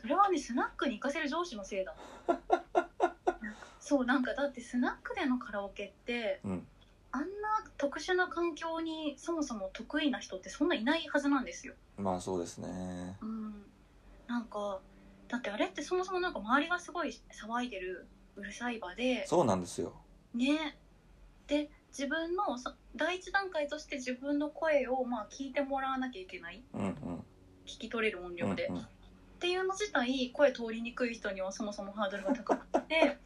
Speaker 2: それはねスナックに行かせる上司のせいだそうなんかだってスナックでのカラオケって
Speaker 1: うん
Speaker 2: あんな特殊な環境にそもそも得意な人ってそんないないはずなんですよ
Speaker 1: まあそうですね
Speaker 2: うんなんかだってあれってそもそもなんか周りがすごい騒いでるうるさい場で
Speaker 1: そうなんですよ
Speaker 2: ねで自分のそ第一段階として自分の声をまあ聞いてもらわなきゃいけない
Speaker 1: うんうん
Speaker 2: 聞き取れる
Speaker 1: う
Speaker 2: 音
Speaker 1: んう
Speaker 2: 量
Speaker 1: ん
Speaker 2: で、っていうの自体声通りにくい人にはそもそもハードルが高く
Speaker 1: (laughs)
Speaker 2: て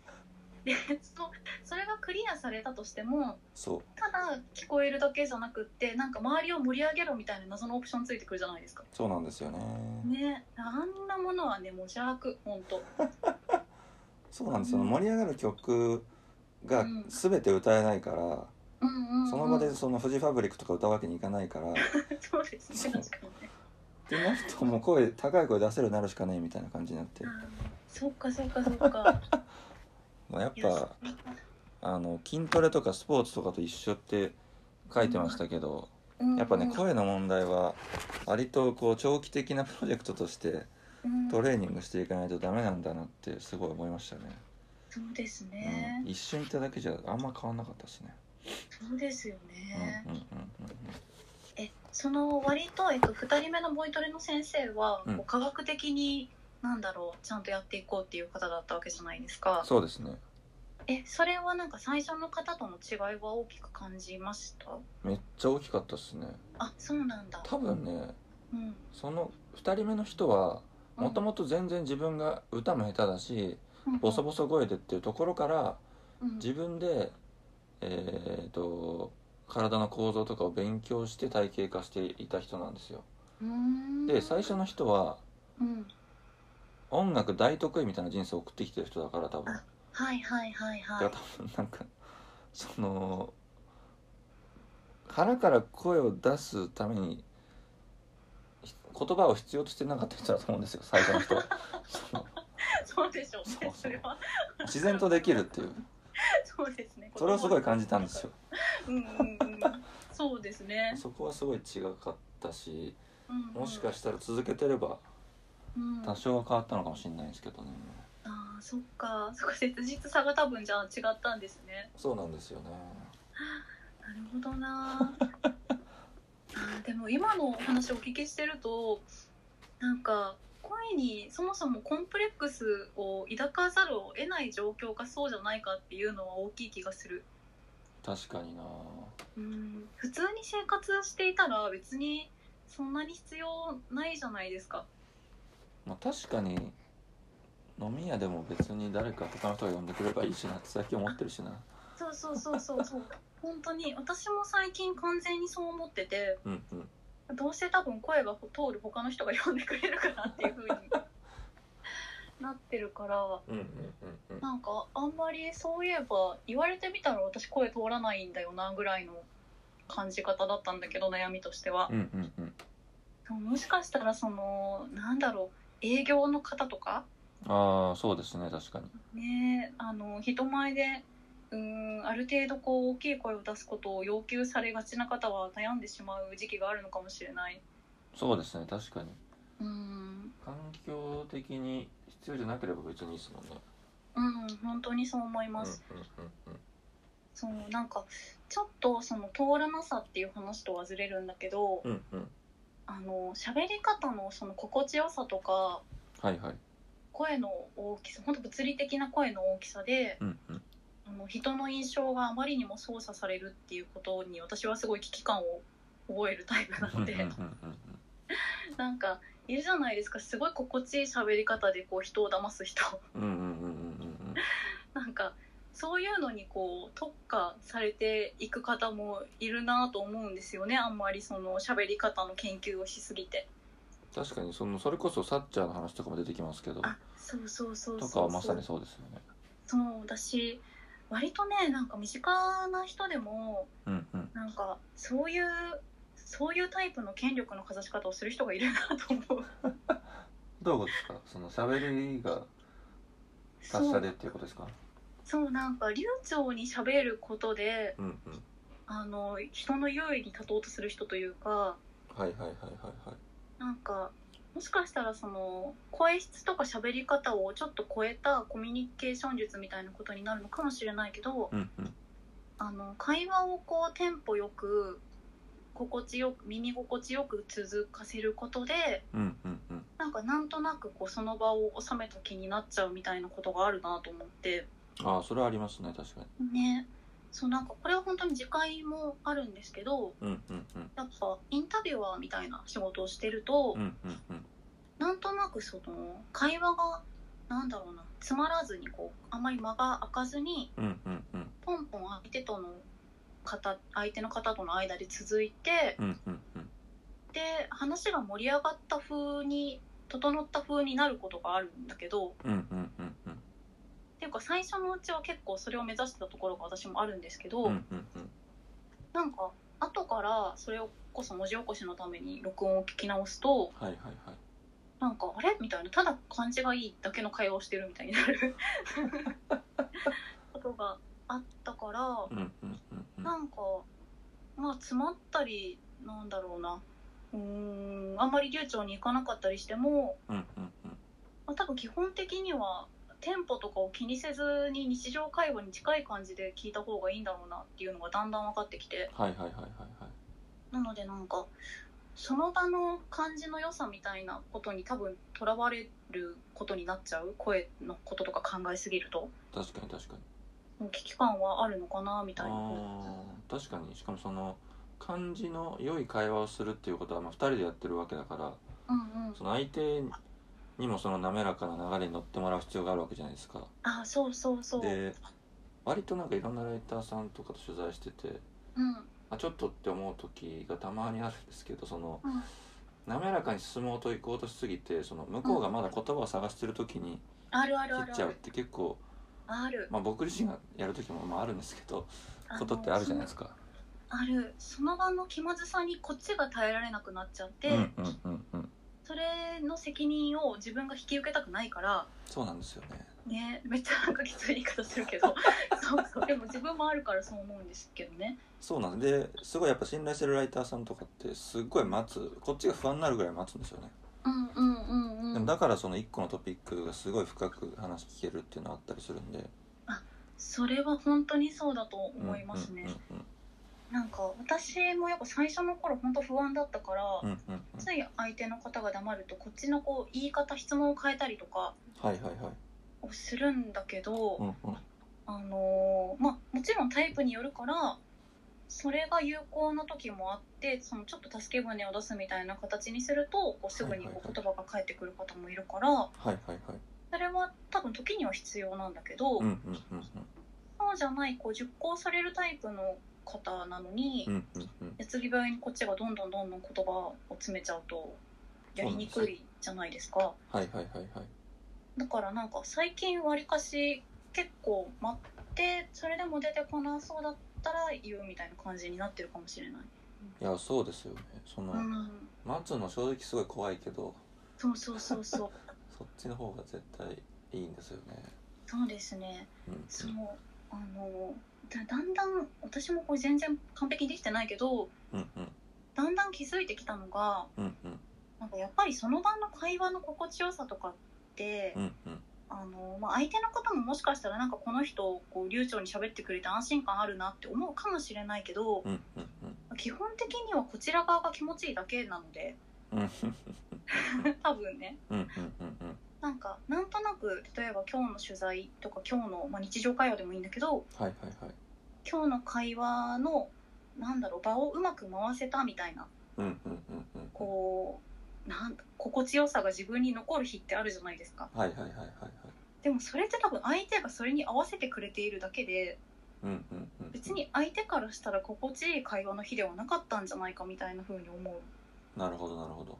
Speaker 2: でそそれがクリアされたとしても
Speaker 1: そう
Speaker 2: ただ聞こえるだけじゃなくってなんか周りを盛り上げろみたいな謎のオプションついてくるじゃないですか
Speaker 1: そうなんですよね
Speaker 2: ねあんなものはねもう邪悪ほんと
Speaker 1: そうなんですよ盛り上がる曲が
Speaker 2: うん
Speaker 1: 全て歌えないから、
Speaker 2: うんうん、うん、
Speaker 1: その場でそのフジファブリックとか歌うわけにいかない
Speaker 2: (laughs)
Speaker 1: から
Speaker 2: そうですね確かにね
Speaker 1: でなるともう声高い声出せるようになるしかねえみたいな感じになって
Speaker 2: あーそっかそっかそ
Speaker 1: (laughs)
Speaker 2: っか
Speaker 1: まあやっ
Speaker 2: いや
Speaker 1: ぱあの筋トレとかスポーツとかと一緒って書いてましたけど、
Speaker 2: うん
Speaker 1: やっぱね声の問題は割とこう長期的なプロジェクトとして
Speaker 2: うん
Speaker 1: トレーニングしていかないとダメなんだなってすごい思いましたね、
Speaker 2: そうです
Speaker 1: う
Speaker 2: ね
Speaker 1: ん、。一瞬行っただけじゃあんま変わんなかったですね、
Speaker 2: そうですよね。
Speaker 1: うんうんうん
Speaker 2: え、その割とえっと二人目のボイトレの先生は、
Speaker 1: うん
Speaker 2: こう科学的になんだろうちゃんとやっていこうっていう方だったわけじゃないです
Speaker 1: うん
Speaker 2: か。
Speaker 1: そうですね
Speaker 2: えそれはなんか最初の方との違いは大きく感じました
Speaker 1: めっちゃ大きかったっすね
Speaker 2: あそうなんだ
Speaker 1: 多分ね
Speaker 2: うん
Speaker 1: その2人目の人はもと
Speaker 2: も
Speaker 1: もと全然自分が歌も下手だしボソボソ声でっていうところから自分でえー、と体の構造とかを勉強して体系化していた人なんですよ
Speaker 2: 分
Speaker 1: で最初の人は
Speaker 2: うん
Speaker 1: 音楽大得意みたいな人生を送ってきてる人だから多分だか
Speaker 2: はいはいはいは
Speaker 1: ら
Speaker 2: い
Speaker 1: 多分なんかその腹から声を出すためにひ言葉を必要としてなかった人だと思うんですよ最初の人 (laughs) はその
Speaker 2: そうでしょう
Speaker 1: そうそう
Speaker 2: ねそれは
Speaker 1: 自然とできるっていう
Speaker 2: そうですね
Speaker 1: それをすごい感じたんですよ
Speaker 2: うんうんうんそうですね
Speaker 1: そこはすごい違かったし
Speaker 2: うんうん
Speaker 1: もしかしたら続けてれば
Speaker 2: うん
Speaker 1: 多少は変わったのかもしれないんですけどね
Speaker 2: あーそっかそっか切実さが多分じゃあ違ったんですね
Speaker 1: そうなんですよね
Speaker 2: なるほど (laughs) なあーでも今のお話をお聞きしてるとなんか声にそもそもコンプレックスを抱かざるを得ない状況かそうじゃないかっていうのは大きい気がする
Speaker 1: 確かにな
Speaker 2: うん普通に生活していたら別にそんなに必要ないじゃないですか
Speaker 1: まあ確かに飲み屋でも別に誰か他の人が呼んでくればいいしなって最近思ってるしな
Speaker 2: そうそうそうそうそう (laughs) 本当に私も最近完全にそう思ってて
Speaker 1: うんうん
Speaker 2: どうせ多分声が通る他の人が呼んでくれるかなっ
Speaker 1: (laughs)
Speaker 2: ていう風になってるから
Speaker 1: うんうんうん
Speaker 2: なんかあんまりそういえば言われてみたら私声通らないんだよなぐらいの感じ方だったんだけど悩みとしては
Speaker 1: う、んうんうん
Speaker 2: でももしかしたらそのなんだろう営業の方とか
Speaker 1: ああそうですね確かに
Speaker 2: ねあの人前でうーんある程度こう大きい声を出すことを要求されがちな方は悩んでしまう時期があるのかもしれない。
Speaker 1: そうですね確かに
Speaker 2: うん
Speaker 1: 環境的に必要じゃなければ別にいいですもんね
Speaker 2: うん、本当にそう思います。
Speaker 1: うんうんうん
Speaker 2: そのなんかちょっとその通らなさっていう話とはずれるんだけど、
Speaker 1: うんうんうん
Speaker 2: あの喋り方のその心地よさとか
Speaker 1: はいはい
Speaker 2: 声の大きさ本当物理的な声の大きさで
Speaker 1: うんうん
Speaker 2: あの人の印象があまりにも操作されるっていうことに私はすごい危機感を覚えるタイプな
Speaker 1: うん
Speaker 2: の
Speaker 1: うんうん
Speaker 2: で
Speaker 1: うん
Speaker 2: なんかいるじゃないですかすごい心地いい喋り方でこう人を騙す人
Speaker 1: うんうんうんうんうんうん
Speaker 2: なんかそういうのにこう特化されていく方もいるなと思うんですよねあんまりその喋り方の研究をしすぎて。
Speaker 1: 確かにそのそれこそサッチャーの話とかも出てきますけど
Speaker 2: あそうそうそう
Speaker 1: と
Speaker 2: そう
Speaker 1: かはまさにそうですよね
Speaker 2: そうだし割とねなんか身近な人でも
Speaker 1: うんうん
Speaker 2: なんかそういうそういうタイプの権力のかざし方をする人がいるなと思う
Speaker 1: どうですかその喋りが達
Speaker 2: そ
Speaker 1: 者
Speaker 2: う
Speaker 1: でっていうことですか
Speaker 2: そうなんか流暢に喋ることで
Speaker 1: うんうん
Speaker 2: あの人の優位に立とうとする人というか
Speaker 1: はいはいはいはいはい
Speaker 2: なんかもしかしたらその声質とか喋り方をちょっと超えたコミュニケーション術みたいなことになるのかもしれないけど
Speaker 1: うんうん
Speaker 2: あの会話をこうテンポよく心地よく耳心地よく続かせることで
Speaker 1: うんうんうん
Speaker 2: なんかなんとなくこうその場を収めた気になっちゃうみたいなことがあるなと思って
Speaker 1: ああそれはありますね確かに
Speaker 2: ねそうなんかこれは本当に次回もあるんですけど
Speaker 1: うんうんうん
Speaker 2: やっぱインタビュアーみたいな仕事をしてると、
Speaker 1: うんうんうん
Speaker 2: なんとなくその会話がなんだろうなつまらずにこうあんまり間が空かずに
Speaker 1: うんうんうん
Speaker 2: ポンポン相手との方相手の方との間で続いて
Speaker 1: うんうんうん
Speaker 2: で話が盛り上がった風に整った風になることがあるんだけど
Speaker 1: うんうんうんうん
Speaker 2: っていうか最初のうちは結構それを目指してたところが私もあるんですけど、
Speaker 1: うんうんうん
Speaker 2: なんか後からそれをこそ文字起こしのために録音を聞き直すと
Speaker 1: はいはいはい
Speaker 2: なんかあれみたいなただ感じがいいだけの会話をしてるみたいに
Speaker 1: (laughs)
Speaker 2: なることがあったから
Speaker 1: うんうんうんうん
Speaker 2: なんかまあ詰まったりなんだろうなうーんあんまり流暢にいかなかったりしても、
Speaker 1: うんうんうん
Speaker 2: まあ、多分基本的にはテンポとかを気にせずに日常会話に近い感じで聞いた方がいいんだろうなっていうのがだんだん分かってきて
Speaker 1: はいはいはいはいはい
Speaker 2: なのでなんかその場の感じの良さみたいなことに多分とらわれることになっちゃう声のこととか考えすぎると
Speaker 1: 確かに確かに
Speaker 2: 危機感はあるのかなみたいな、
Speaker 1: あー確かにしかもその漢字の良い会話をするっていうことは、まあ、2人でやってるわけだから
Speaker 2: うんうん
Speaker 1: その相手にもその滑らかな流れに乗ってもらう必要があるわけじゃないですか
Speaker 2: あそうそうそう
Speaker 1: で割となんかいろんなライターさんとかと取材してて
Speaker 2: うん
Speaker 1: あちょっとって思う時がたまにあるんですけどその
Speaker 2: うん
Speaker 1: 滑らかに進もうと行こうとしすぎてその向こうがまだ言葉を探してる時に
Speaker 2: あるある
Speaker 1: 切
Speaker 2: ある
Speaker 1: っ
Speaker 2: あ
Speaker 1: ちゃうっ
Speaker 2: る
Speaker 1: て結構、
Speaker 2: ある
Speaker 1: まあ、僕自身がやる時もまああるんですけど
Speaker 2: あの
Speaker 1: ことってあるじゃないですか。
Speaker 2: そのあるその場の気まずさにこっちが耐えられなくなっちゃっ
Speaker 1: う
Speaker 2: て、
Speaker 1: んうんうんうん
Speaker 2: それの責任を自分が引き受けたくないから
Speaker 1: そうなんですよね。
Speaker 2: ねめっちゃなんかきつい言い方するけ
Speaker 1: (laughs)
Speaker 2: どそうそうでも自分もあるからそう思うんですけどね
Speaker 1: そうなんですごいやっぱ信頼してるライターさんとかってすっごい待つこっちが不安になるぐらい待つんですよね、
Speaker 2: うんうんうん
Speaker 1: で
Speaker 2: う
Speaker 1: も
Speaker 2: ん
Speaker 1: だからその1個のトピックがすごい深く話聞けるっていうのはあったりするんで
Speaker 2: それは本当にそうだと思いますね、
Speaker 1: うん
Speaker 2: なんか私もやっぱ最初の頃本当不安だったから、
Speaker 1: うんうんうんうん
Speaker 2: つい相手の方が黙るとこっちのこう言い方質問を変えたりとか
Speaker 1: はいはいはい
Speaker 2: をするんだけど、
Speaker 1: うんうん
Speaker 2: あのーまあもちろんタイプによるからそれが有効な時もあってそのちょっと助け舟を出すみたいな形にするとこうすぐに
Speaker 1: はい
Speaker 2: こ
Speaker 1: はいうはい
Speaker 2: 言葉が返ってくる方もいるから、
Speaker 1: はいはいはい
Speaker 2: それは多分時には必要なんだけど、
Speaker 1: うんうんうん
Speaker 2: そうじゃないこう熟考されるタイプの方なのに、
Speaker 1: うんうんうん
Speaker 2: 矢継ぎ早にこっちがどんどんどんどん言葉を詰めちゃうとやりにくいじゃないですか。
Speaker 1: はいはいはいはい
Speaker 2: だからなんか最近わりかし結構待ってそれでも出てこなそうだったら言うみたいな感じになってるかもしれない、
Speaker 1: いやそうですよねその、
Speaker 2: うん、
Speaker 1: 待つの正直すごい怖いけど
Speaker 2: そうそうそう (laughs) そう
Speaker 1: そっちの方が絶対いいんですよね
Speaker 2: そうですね
Speaker 1: うんうん
Speaker 2: そうあのだだんだん私もこれ全然完璧にできてないけど
Speaker 1: うんうん
Speaker 2: だんだん気づいてきたのが
Speaker 1: うんうん
Speaker 2: なんかやっぱりその場の会話の心地よさとかって、
Speaker 1: うんうん
Speaker 2: あのまあ、相手の方ももしかしたらなんかこの人こう流暢に喋ってくれて安心感あるなって思うかもしれないけど、
Speaker 1: うんうんうん
Speaker 2: 基本的にはこちら側が気持ちいいだけなので (laughs)
Speaker 1: うん
Speaker 2: 多分ね
Speaker 1: うんうんうんうん
Speaker 2: なんかなんとなく例えば今日の取材とか今日の、まあ、日常会話でもいいんだけど
Speaker 1: はいはいはい
Speaker 2: 今日の会話のなんだろう場をうまく回せたみたいな
Speaker 1: うんうんうんうん
Speaker 2: こうなん心地よさが自分に残る日ってあるじゃないですか
Speaker 1: はいはいはいはいはい
Speaker 2: でもそれって多分相手がそれに合わせてくれているだけで
Speaker 1: うんうんうん
Speaker 2: 別に相手からしたら心地いい会話の日ではなかったんじゃないかみたいな風に思う
Speaker 1: なるほどなるほど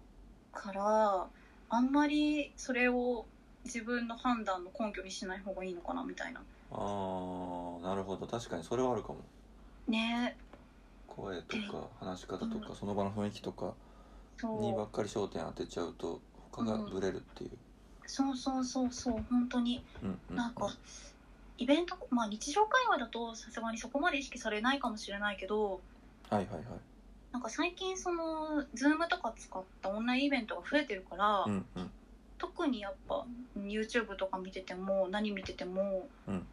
Speaker 2: からあんまりそれを自分の判断の根拠にしない方がいいのかなみたいな
Speaker 1: あーなるほど確かにそれはあるかも
Speaker 2: ねえ
Speaker 1: 声とか話し方と
Speaker 2: う
Speaker 1: かその場の雰囲気とかにば
Speaker 2: そ
Speaker 1: っかり焦点当てちゃうと他がブレるっていう
Speaker 2: うそうそうそうそう本当に
Speaker 1: うんうん
Speaker 2: なんかイベントまあ日常会話だとさすがにそこまで意識されないかもしれないけど
Speaker 1: はいはいはい
Speaker 2: なんか最近その Zoom とか使ったオンラインイベントが増えてるから、
Speaker 1: うんうん
Speaker 2: 特にやっぱ YouTube とか見てても何見てても、
Speaker 1: うん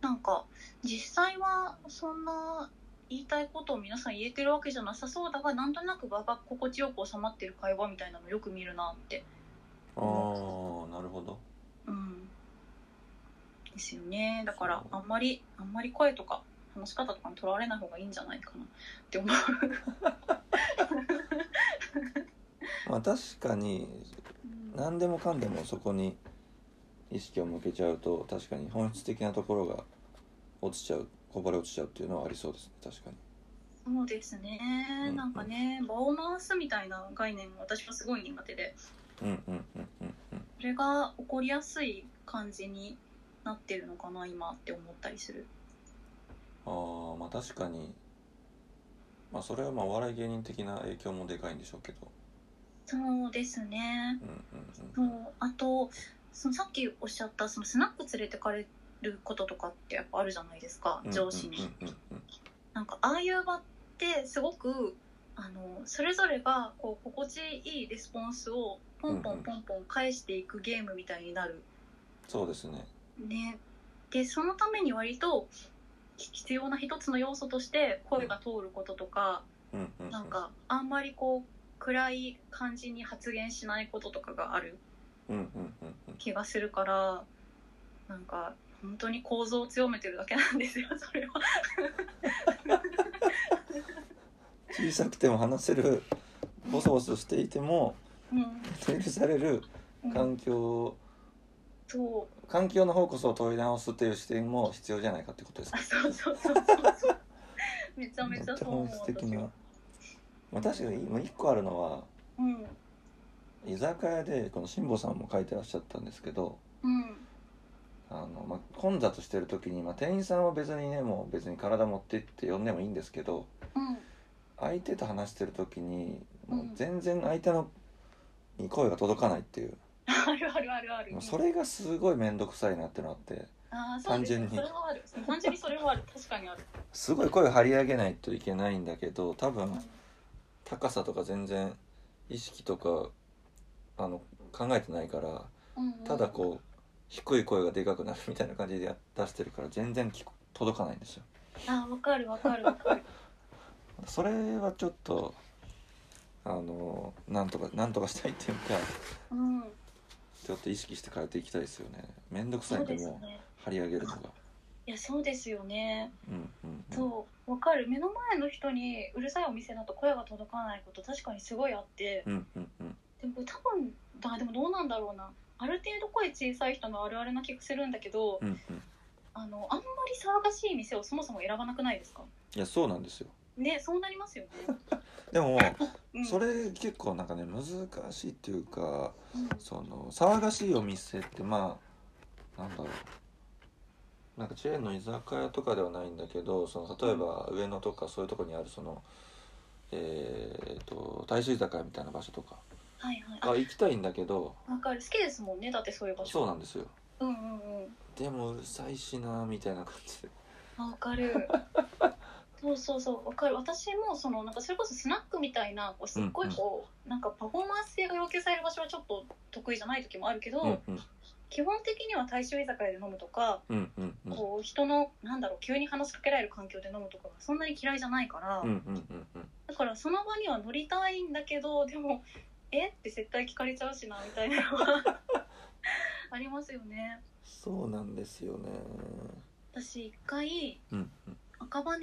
Speaker 2: なんか実際はそんな言いたいことを皆さん言えてるわけじゃなさそうだがなんとなく場が心地よく収まってる会話みたいなのよく見るなって、
Speaker 1: あーなるほど
Speaker 2: うん、ですよねだから
Speaker 1: そう
Speaker 2: あんまりあんまり声とか話し方とかにとらわれない方がいいんじゃないかなって思う。
Speaker 1: まあ確かに何でもかんでもそこに意識を向けちゃうと確かに本質的なところが落ちちゃうこぼれ落ちちゃうっていうのはありそうですね確かに
Speaker 2: そうですね
Speaker 1: うん
Speaker 2: なんかね場を回すみたいな概念が私はすごい苦手で。
Speaker 1: うんうんうんうんうん
Speaker 2: それが起こりやすい感じになってるのかな今って思ったりする
Speaker 1: あーまあ確かにまあそれはまあお笑い芸人的な影響もでかいんでしょうけど
Speaker 2: そうですね
Speaker 1: うんう
Speaker 2: そ
Speaker 1: ん
Speaker 2: う
Speaker 1: うん
Speaker 2: あとそのさっきおっしゃったそのスナック連れてかれることとかってやっぱあるじゃないですか
Speaker 1: うん
Speaker 2: 上司に、
Speaker 1: うんうんうん
Speaker 2: なんかああいう場ってすごくあのそれぞれがこう心地いいレスポンスをポンポンポンポン返していくゲームみたいになる
Speaker 1: そうですね
Speaker 2: ねでそのために割と必要な一つの要素として声が通ることとか、
Speaker 1: うんうんうん
Speaker 2: なんかあんまりこう暗い感じに発言しないこととかがある
Speaker 1: うんうんうんうん
Speaker 2: 気がするからなんか本当に構造を強めてるだけなんですよ (laughs) それは
Speaker 1: 小さくても話せるボソボソしていても
Speaker 2: うん
Speaker 1: 許される
Speaker 2: うん
Speaker 1: 環境
Speaker 2: そう
Speaker 1: 環境の方こそ問い直すっていう視点も必要じゃないかってことですか
Speaker 2: あそうそうそうそ
Speaker 1: (laughs)
Speaker 2: うそうめちゃめちゃそう思う
Speaker 1: 本質的
Speaker 2: 私
Speaker 1: な
Speaker 2: は、
Speaker 1: まあ、確かに今一個あるのは
Speaker 2: うん
Speaker 1: 居酒屋でこの辛坊さんも書いてらっしゃったんですけど
Speaker 2: うん
Speaker 1: あの、まあ、混雑してる時に、まあ、店員さんは別にねもう別に体持ってって呼んでもいいんですけど
Speaker 2: うん
Speaker 1: 相手と話してる時にもううん全然相手のに声が届かないっていう、
Speaker 2: あるあるあるある
Speaker 1: もうそれがすごい面倒くさいなってのあって
Speaker 2: あーそうです
Speaker 1: 単純に
Speaker 2: ねそれはある単純にそれはある確かにある
Speaker 1: すごい声を張り上げないといけないんだけど多
Speaker 2: う
Speaker 1: 分
Speaker 2: ん
Speaker 1: 高さとか全然意識とかあの考えてないから
Speaker 2: うんうん
Speaker 1: ただこう低い声がでかくなるみたいな感じでや出してるから全然聞こ届かないんですよ
Speaker 2: あーわかるわかるわかる
Speaker 1: それはちょっとあのなんとかなんとかしたいっていうか (laughs)
Speaker 2: うん
Speaker 1: ちょっと意識して変えていきたいですよね面倒くさい
Speaker 2: そ
Speaker 1: ん
Speaker 2: う
Speaker 1: で
Speaker 2: です
Speaker 1: も
Speaker 2: ね
Speaker 1: う張り上げるのが
Speaker 2: いやそうですよね
Speaker 1: うんうんうん
Speaker 2: そうわかる目の前の人にうるさいお店だと声が届かないこと確かにすごいあって
Speaker 1: うんうんうん
Speaker 2: でも多分あでもどうなんだろうなある程度声小さい人のあるあるな気がするんだけど、
Speaker 1: うんうん
Speaker 2: あのあんまり騒がしい店をそもそも選ばなくないですか
Speaker 1: いやそうなんですよ
Speaker 2: ねそうなりますよね、
Speaker 1: でも
Speaker 2: うん、
Speaker 1: それ結構なんかね難しいっていうか
Speaker 2: うん
Speaker 1: その騒がしいお店ってまあなんだろうなんかチェーンの居酒屋とかではないんだけどその例えば上野とかそういうとこにあるそのえー、と大衆居酒屋みたいな場所とか
Speaker 2: はいは
Speaker 1: あ
Speaker 2: い
Speaker 1: 行きたいんだけど
Speaker 2: あわかる好きですもんねだってそういう場所
Speaker 1: そうなんですよ
Speaker 2: うんうんうん
Speaker 1: でもうるさいしなみたいな感じで
Speaker 2: あわかる
Speaker 1: (laughs)
Speaker 2: そうそうそうわかる私もそのなんかそれこそスナックみたいなこうすっごいこう、なんかパフォーマンス性が要求される場所はちょっと得意じゃない時もあるけど、
Speaker 1: うんうん
Speaker 2: 基本的には大衆居酒屋で飲むとか、
Speaker 1: うんうんうん
Speaker 2: こう人のなんだろう急に話しかけられる環境で飲むとかがそんなに嫌いじゃないから、
Speaker 1: うんうんうんうん
Speaker 2: だからその場には乗りたいんだけどでも「えっ?」て絶対聞かれちゃうしなみたいなのは (laughs) ありますよね。
Speaker 1: そうなんですよね
Speaker 2: 私一回
Speaker 1: うんうん
Speaker 2: 赤羽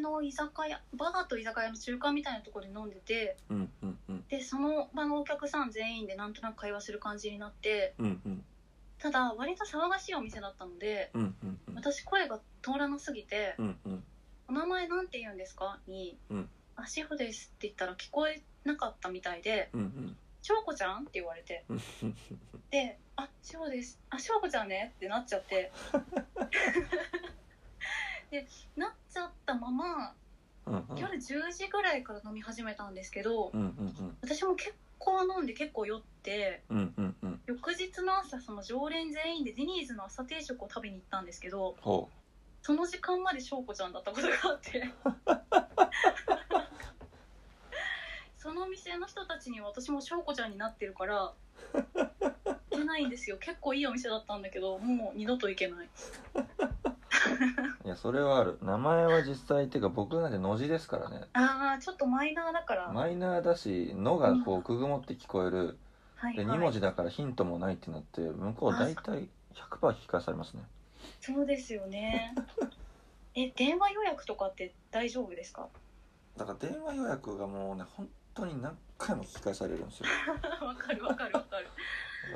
Speaker 2: の居酒屋バーと居酒屋の中間みたいなところで飲んでて
Speaker 1: うんうんうん
Speaker 2: でその場のお客さん全員でなんとなく会話する感じになって
Speaker 1: うんうん
Speaker 2: ただ割と騒がしいお店だったので
Speaker 1: うんうんうん
Speaker 2: 私声が通らなすぎて
Speaker 1: うんうん
Speaker 2: 「お名前なんて言うんですか?」に
Speaker 1: うん
Speaker 2: 「あシェフです」って言ったら聞こえなかったみたいで
Speaker 1: うんうん
Speaker 2: 「翔子ちゃん?」って言われて
Speaker 1: (laughs) うん
Speaker 2: で「あしょうですあしょうこちゃんね」ってなっちゃって
Speaker 1: (laughs)
Speaker 2: でなっちゃったまま
Speaker 1: うんうん
Speaker 2: 夜10時ぐらいから飲み始めたんですけど、
Speaker 1: うんうん
Speaker 2: 私も結構飲んで結構酔って
Speaker 1: うんうんうんうん
Speaker 2: 翌日の朝その常連全員でディニーズの朝定食を食べに行ったんですけど
Speaker 1: ほ
Speaker 2: その時間までしょうこちゃんだったことがあって
Speaker 1: (laughs)
Speaker 2: その店の人たちには私もしょうこちゃんになってるから行けないんですよ結構いいお店だったんだけどもう二度と行けないう
Speaker 1: いやそれはある名前は実際っていうか僕なんて野字ですからね
Speaker 2: ああちょっとマイナーだから、
Speaker 1: マイナーだし「の」がこうくぐもって聞こえる
Speaker 2: はい
Speaker 1: で
Speaker 2: は
Speaker 1: 2
Speaker 2: い
Speaker 1: 文字だからヒントもないってなって向こう大体100%引き返されますね
Speaker 2: そうですよ (laughs) ねえ電話予約とかって大丈夫ですか
Speaker 1: だから電話予約がもうね本当に何回も引き返されるんですよ
Speaker 2: (laughs) わかるわかるわかる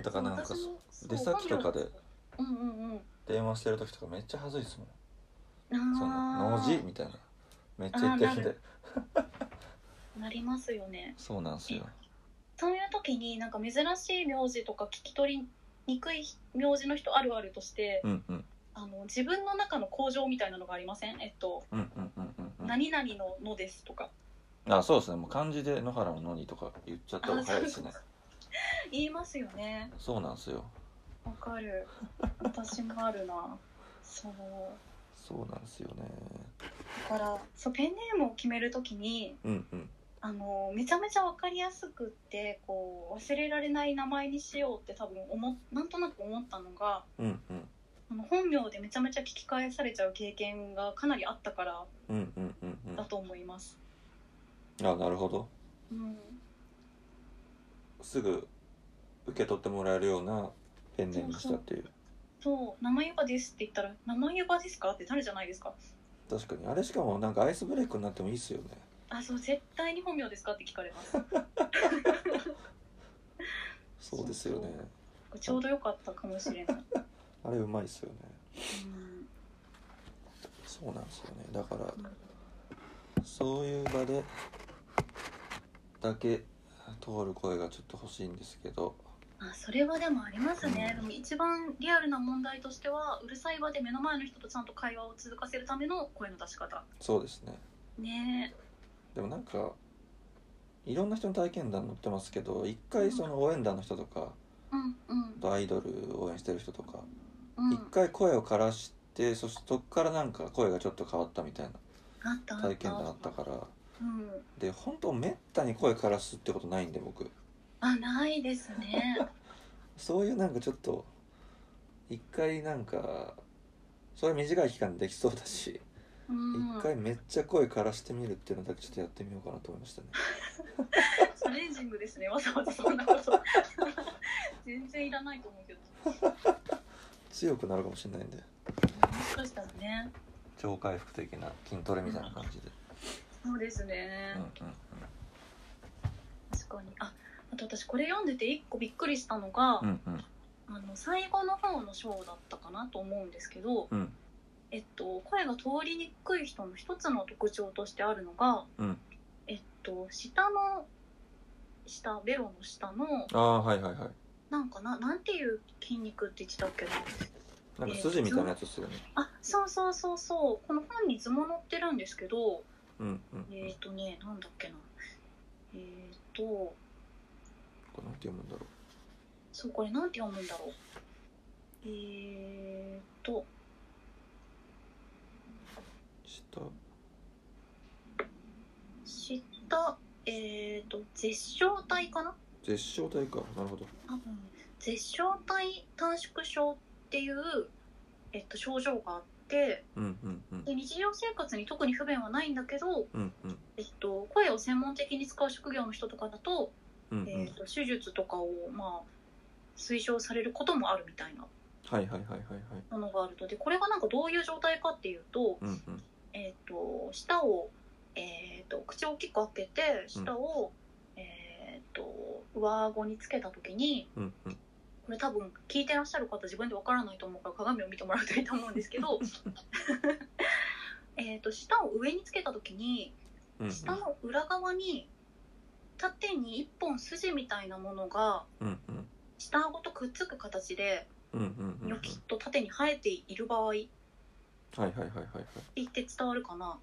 Speaker 1: だからなんか
Speaker 2: 私もそう
Speaker 1: 出先とかで
Speaker 2: うんうんうん
Speaker 1: 電話してる時とかめっちゃ恥ずいですもん「その
Speaker 2: あ
Speaker 1: の
Speaker 2: ー
Speaker 1: 字」みたいなめっちゃ言ってるん
Speaker 2: あーな
Speaker 1: で
Speaker 2: なりますよね
Speaker 1: そうなんですよ
Speaker 2: そういう時になんか珍しい名字とか聞き取りにくい名字の人あるあるとして
Speaker 1: うんうん
Speaker 2: あの自分の中の工場みたいなのがありませんえっと
Speaker 1: うんうんうんうんうん
Speaker 2: 何々の「の」ですとか (laughs)
Speaker 1: あそうですねもう漢字で「野原ののに」とか言っちゃった方が早いですね
Speaker 2: あ言いますよね
Speaker 1: そうなんですよ
Speaker 2: わかる私もあるなそう
Speaker 1: そうなんですよね
Speaker 2: だからそうペンネームを決める時に
Speaker 1: うんうん
Speaker 2: あのめちゃめちゃ分かりやすくってこう忘れられない名前にしようって多分思っなんとなく思ったのが
Speaker 1: うんうん
Speaker 2: あの本名でめちゃめちゃ聞き返されちゃう経験がかなりあったから
Speaker 1: うんうんうんうん
Speaker 2: だと思います。
Speaker 1: あなるほど
Speaker 2: うん、
Speaker 1: すぐ受け取ってもらえるようなペンネームにしたっていう
Speaker 2: そう「生湯葉です」って言ったら「生湯葉ですか?」ってなるじゃないですか
Speaker 1: 確かにあれしかもなんかアイスブレイクになってもいいっすよね
Speaker 2: あそう絶対に本名ですかって聞かれます
Speaker 1: そうですよね
Speaker 2: そうちょうどよかったかもし (laughs) れない、
Speaker 1: あれうまいっすよね
Speaker 2: うん
Speaker 1: そうなんですよねだからそういう場でだけ通る声がちょっと欲しいんですけど
Speaker 2: あそれはでもありますね、
Speaker 1: うん
Speaker 2: でも一番リアルな問題としてはうるさい場で目の前の人とちゃんと会話を続かせるための声の出し方
Speaker 1: そうですね
Speaker 2: ね
Speaker 1: でもなんかいろんな人の体験談載ってますけど一回その応援団の人とか
Speaker 2: えうんうん
Speaker 1: アイドル応援してる人とか
Speaker 2: うん
Speaker 1: 一回声を枯らしてそしてそっからなんか声がちょっと変わったみたい
Speaker 2: あったあ
Speaker 1: な
Speaker 2: った
Speaker 1: 体験談あったから
Speaker 2: うん
Speaker 1: で本当めったに声枯らすってことないんで僕
Speaker 2: あないです
Speaker 1: (laughs)
Speaker 2: ね
Speaker 1: そういうなんかちょっと一回なんかそれ短い期間できそうだし
Speaker 2: うん
Speaker 1: 一回めっちゃ声枯らしてみるっていうのだけちょっとやってみようかなと思いましたね
Speaker 2: チャレンジングですねわざわざそんなこと (laughs) 全然いらないと思うけど
Speaker 1: 強くなるかもしれないんで
Speaker 2: もしかしたらね
Speaker 1: 超回復的な筋トレみたいな感じで
Speaker 2: そうです
Speaker 1: う
Speaker 2: ね
Speaker 1: ん、うん
Speaker 2: 確かにああと私これ読んでて一個びっくりしたのが、
Speaker 1: うんうん
Speaker 2: あの最後の方の章だったかなと思うんですけど、
Speaker 1: うん
Speaker 2: えっと、声が通りにくい人の一つの特徴としてあるのが、
Speaker 1: うん
Speaker 2: えっと、下の下ベロの下の
Speaker 1: ああはいはいはい
Speaker 2: なんかななんていう筋肉って言ってたっけな
Speaker 1: なんか筋みたいなやつですよね
Speaker 2: あそうそうそうそうこの本に図も載ってるんですけど
Speaker 1: うんうん
Speaker 2: えっ、とねなんだっけなえっ、と
Speaker 1: これなんて読むんだろ
Speaker 2: そうこれなんて読むんだろうえっ、と
Speaker 1: う下
Speaker 2: 知ったえっ、と絶唱体かな
Speaker 1: 絶唱体かなるほど
Speaker 2: 多分絶唱体短縮症っていう、えっと、症状があって
Speaker 1: うんうんうん
Speaker 2: で日常生活に特に不便はないんだけど、
Speaker 1: うんうん
Speaker 2: えっと、声を専門的に使う職業の人とかだと,、
Speaker 1: うんう
Speaker 2: えっ
Speaker 1: ん
Speaker 2: と手術とかを、まあ、推奨されることもあるみたいな
Speaker 1: はいはいはいはいはい
Speaker 2: ものがあるとでこれがなんかどういう状態かっていうと,、
Speaker 1: うんうん
Speaker 2: えっと舌を、えっと口を大きく開けて舌を、えっと上顎につけた時に。
Speaker 1: うんうん
Speaker 2: これ多分聞いてらっしゃる方自分でわからないと思うから鏡を見てもらうといいと思うんですけど (laughs) えーと舌を上につけた時に
Speaker 1: うんうん
Speaker 2: 舌の裏側に縦に1本筋みたいなものが
Speaker 1: うんうん
Speaker 2: 下顎とくっつく形で
Speaker 1: うんうんうんうん
Speaker 2: ニョキッと縦に生えている場合って
Speaker 1: はいはいはいはいはい
Speaker 2: 言って伝わるかな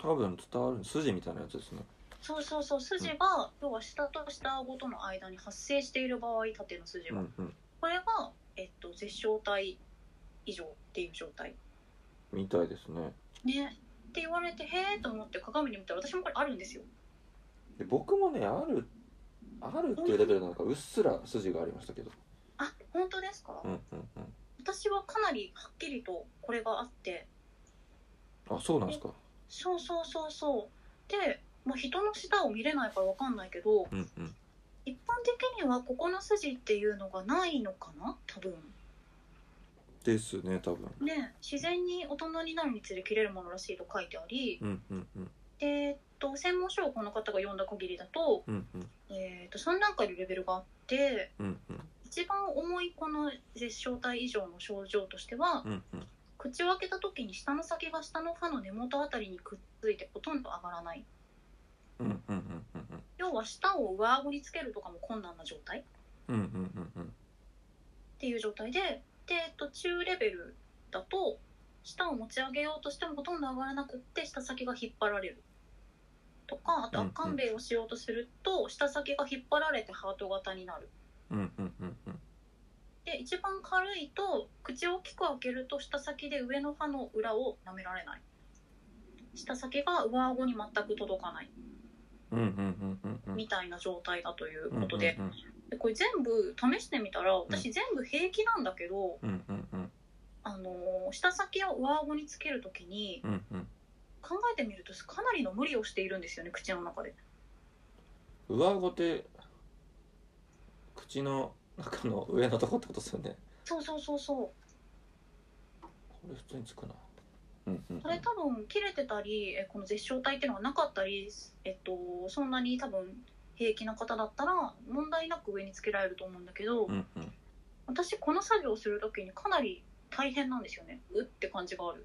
Speaker 1: 多分伝わる筋みたいなやつですね
Speaker 2: そうそうそう筋が要は下と下顎との間に発生している場合縦の筋
Speaker 1: う
Speaker 2: が
Speaker 1: んうん
Speaker 2: これが、えっと、絶唱体以上っていう状態
Speaker 1: みたいですね
Speaker 2: ねって言われてへえと思って鏡に見たら私もこれあるんですよ
Speaker 1: で僕もねあるあるっていうレベルなんかうっすら筋がありましたけど
Speaker 2: あ本当ですか、
Speaker 1: うんうんうん
Speaker 2: 私はかなりはっきりとこれがあって
Speaker 1: あそうなんですか
Speaker 2: そうそうそうそうで、まあ、人の舌を見れないからわかんないけど
Speaker 1: うんうん
Speaker 2: 一般的にはここの筋っていうのがないのかな多分
Speaker 1: ですね多分
Speaker 2: ね自然に大人になるにつれ切れるものらしいと書いてあり
Speaker 1: うんうんうん
Speaker 2: で、えっと、専門書をこの方が読んだ限りだと,、
Speaker 1: うんうん
Speaker 2: えっと3段階のレベルがあって
Speaker 1: うんうん
Speaker 2: 一番重いこの絶症体以上の症状としては、
Speaker 1: うんうん
Speaker 2: 口を開けた時に舌の先が下の歯の根元あたりにくっついてほとんど上がらない
Speaker 1: うんうんうんうん
Speaker 2: 要は舌を上顎につけるとかも困難な状態っ
Speaker 1: うんうんうんうん
Speaker 2: ていう状態でで、えっと、中レベルだと舌を持ち上げようとしてもほとんど上がらなくって舌先が引っ張られるとかあと
Speaker 1: うんうん
Speaker 2: 悪寒弁をしようとすると舌先が引っ張られてハート型になる
Speaker 1: うんうんうんうん
Speaker 2: で一番軽いと口を大きく開けると舌先で上の歯の裏を舐められない舌先が上顎に全く届かない
Speaker 1: うんうんうんうんうん
Speaker 2: みたいな状態だという
Speaker 1: うん
Speaker 2: ことで,、
Speaker 1: うん
Speaker 2: でこれ全部試してみたら私全部平気なんだけど、
Speaker 1: うんうんうん
Speaker 2: あのー舌先を上顎につけるときに
Speaker 1: うんうん
Speaker 2: 考えてみるとかなりの無理をしているんですよね口の中で。
Speaker 1: 上顎って口の中の上のとこってことですよね
Speaker 2: そうそうそうそう
Speaker 1: これ普通につくな
Speaker 3: うんうんうん
Speaker 2: これ多分切れてたりえこの絶唱体っていうのがなかったり、えっと、そんなに多分平気な方だったら問題なく上につけられると思うんだけど、
Speaker 3: うんうん
Speaker 2: 私この作業をする時にかなり大変なんですよねうって感じがある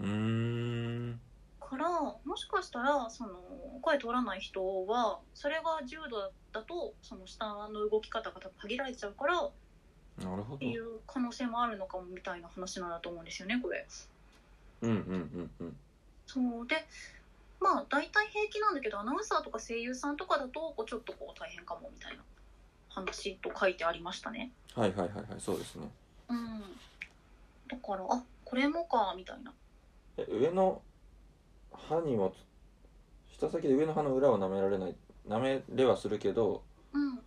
Speaker 3: うーん
Speaker 2: からもしかしたらその声通らない人はそれが重度だとその下の動き方が多分限られちゃうからっ
Speaker 3: なるほ
Speaker 2: て
Speaker 3: ど
Speaker 2: いう可能性もあるのかもみたいな話なんだと思うんですよねこれ。
Speaker 3: うんうんうん
Speaker 2: そうでまあ大体平気なんだけどアナウンサーとか声優さんとかだとこうちょっとこう大変かもみたいな話と書いてありましたね。
Speaker 3: うんはいはいはいはいそうですね
Speaker 2: うん、だからあこれもかみたいな。
Speaker 1: え上の歯には舌先で上の歯の裏を舐められない舐めれはするけど
Speaker 2: うん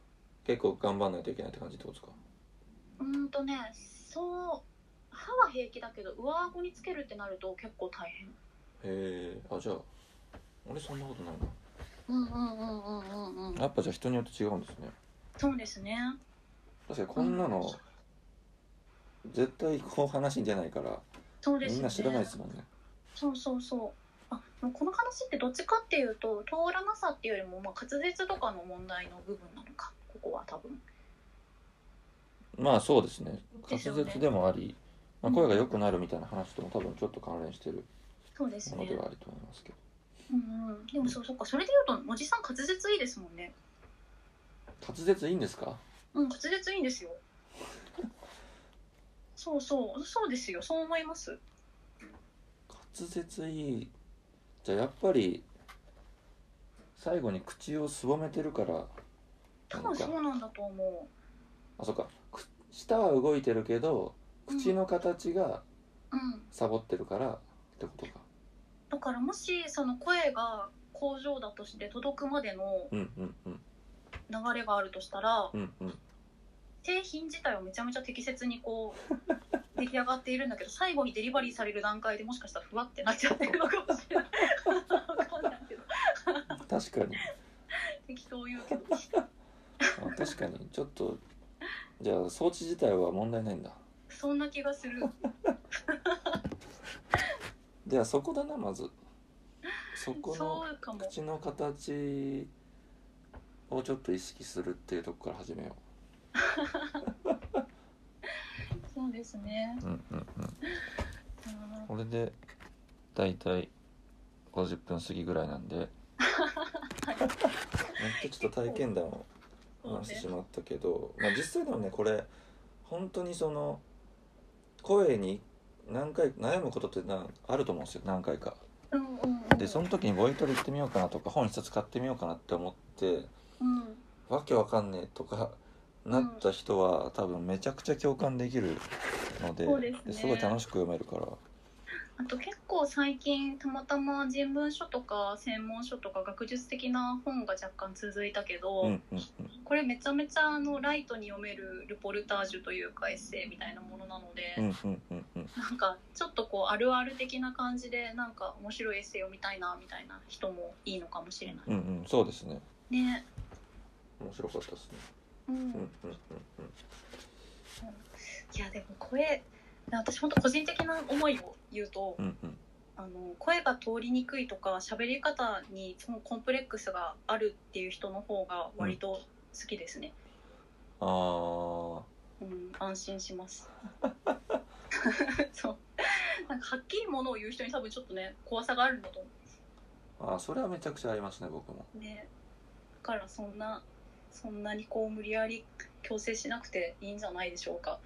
Speaker 1: 結構頑張んないといけないって感じってことですか
Speaker 2: うーんとねそう歯は平気だけど上顎につけるってなると結構大
Speaker 1: へ
Speaker 2: 変
Speaker 1: えあじゃあ俺そんなことない
Speaker 2: うんうんうんうんうんうん
Speaker 1: なやっぱじゃあ人によって違うんですね
Speaker 2: そうですね
Speaker 1: 確かにこんなの絶対こう話に出ないから
Speaker 2: そうですね
Speaker 1: みんな知らないですもんね
Speaker 2: そうそうそうあもうこの話ってどっちかっていうと通らなさっていうよりも、まあ、滑舌とかの問題の部分なのかここは多分
Speaker 1: まあそうですね滑
Speaker 2: ですよね
Speaker 1: 舌でもあり、まあ、
Speaker 2: うん
Speaker 1: 声が良くなるみたいな話とも多分ちょっと関連してる
Speaker 2: そうです
Speaker 1: もの
Speaker 2: ね
Speaker 1: ではあると思いますけど
Speaker 2: うんうんでもそうそうかそれで言うとおじさん滑舌いいですもんね
Speaker 1: 滑舌いいんですか
Speaker 2: うん滑舌いいん (laughs) ですよそうそうそうですよそう思います
Speaker 1: 滑舌いいじゃあやっぱり最後に口をすぼめてるからな
Speaker 2: 多
Speaker 1: ん
Speaker 2: 分
Speaker 1: か
Speaker 2: そうなんだと思
Speaker 1: あそっかく舌は動いてるけど
Speaker 2: うん
Speaker 1: 口の形が
Speaker 2: ううん
Speaker 1: サボってるからってことか
Speaker 2: だからもしその声が工場だとして届くまでの
Speaker 1: うんうんうん
Speaker 2: 流れがあるとしたら
Speaker 1: うんうん
Speaker 2: 製品自体はめちゃめちゃ適切にこ
Speaker 1: (laughs)
Speaker 2: う出来上がっているんだけど最後にデリバリーされる段階でもしかしたらふわってなっちゃってるのかもしれない (laughs) わかんないけど
Speaker 1: 確かに
Speaker 2: 適当言うけど
Speaker 1: あ確かにちょっとじゃあ装置自体は問題ないんだ
Speaker 2: そんな気がする
Speaker 1: じゃあそこだなまずそこの
Speaker 2: そうかも
Speaker 1: 口の形をちょっと意識するっていうとこから始めよ
Speaker 2: そうですね
Speaker 3: うんうんうん
Speaker 2: うん
Speaker 3: これで大体50分過ぎぐらいなん
Speaker 2: (laughs)
Speaker 3: で
Speaker 1: うやっとちょっと体験談を
Speaker 2: そう
Speaker 1: 話して
Speaker 2: ね
Speaker 1: しまったけど、まあ、実際でもねこれ本当にその声に何回悩むことってなあると思うんですよ何回か。
Speaker 2: うんうんうん
Speaker 1: でその時にボイトレ行ってみようかなとか本一冊買ってみようかなって思って
Speaker 2: うん
Speaker 1: わけわかんねえとかなった人は、多分めちゃくちゃ共感できるので
Speaker 2: そうですね
Speaker 1: ですごい楽しく読めるから
Speaker 2: あと結構最近たまたま人文書とか専門書とか学術的な本が若干続いたけど、
Speaker 1: うんうんうん
Speaker 2: これめちゃめちゃあのライトに読めるルポルタージュというかエッセイみたいなものなので、
Speaker 1: うんうんうんうん
Speaker 2: なんかちょっとこうあるある的な感じでなんか面白いエッセイ読みたいなみたいな人もいいのかもしれない
Speaker 1: うんうんそうですね
Speaker 2: ね。
Speaker 1: 面白かったですね
Speaker 2: うん
Speaker 1: うんうんうん
Speaker 2: いやでも声私本当個人的な思いを言うと、
Speaker 1: うんうん
Speaker 2: あの声が通りにくいとか喋り方にそのコンプレックスがあるっていう人の方が割と好きですね。
Speaker 1: あー
Speaker 2: うん、安心します。 (laughs) そう。なんかはっきりものを言う人に多分ちょっとね怖さがあるんだと思
Speaker 1: あーそれはめちゃくちゃありますね僕も
Speaker 2: うね。だからそんなそんなにこう無理やり強制しなくていいんじゃないでしょうか。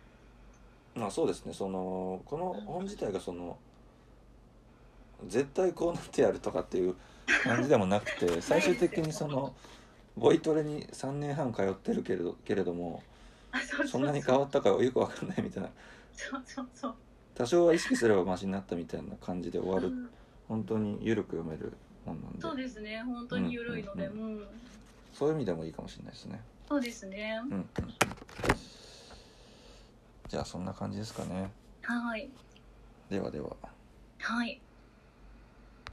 Speaker 1: まあそうですねそのこの本自体がその絶対こうなってやるとかっていう感じでもなく
Speaker 2: (laughs)
Speaker 1: て最終的にそのボイトレに3年半通ってるけれどけれども
Speaker 2: あ、そうそう
Speaker 1: そんなに変わったかよくわかんないみたいな
Speaker 2: そうそうそう。
Speaker 1: 多少は意識すればマシになったみたいな感じで終わ
Speaker 2: う
Speaker 1: る
Speaker 2: ん
Speaker 1: 本当に緩く読める本なんで
Speaker 2: そうですね。本当に緩いので、
Speaker 1: う
Speaker 2: うんん
Speaker 1: そういう意味でもいいかもしれないですね
Speaker 2: そうですね。
Speaker 1: うんうんじゃあそんな感じですかね
Speaker 2: はい
Speaker 1: ではでは
Speaker 2: はい。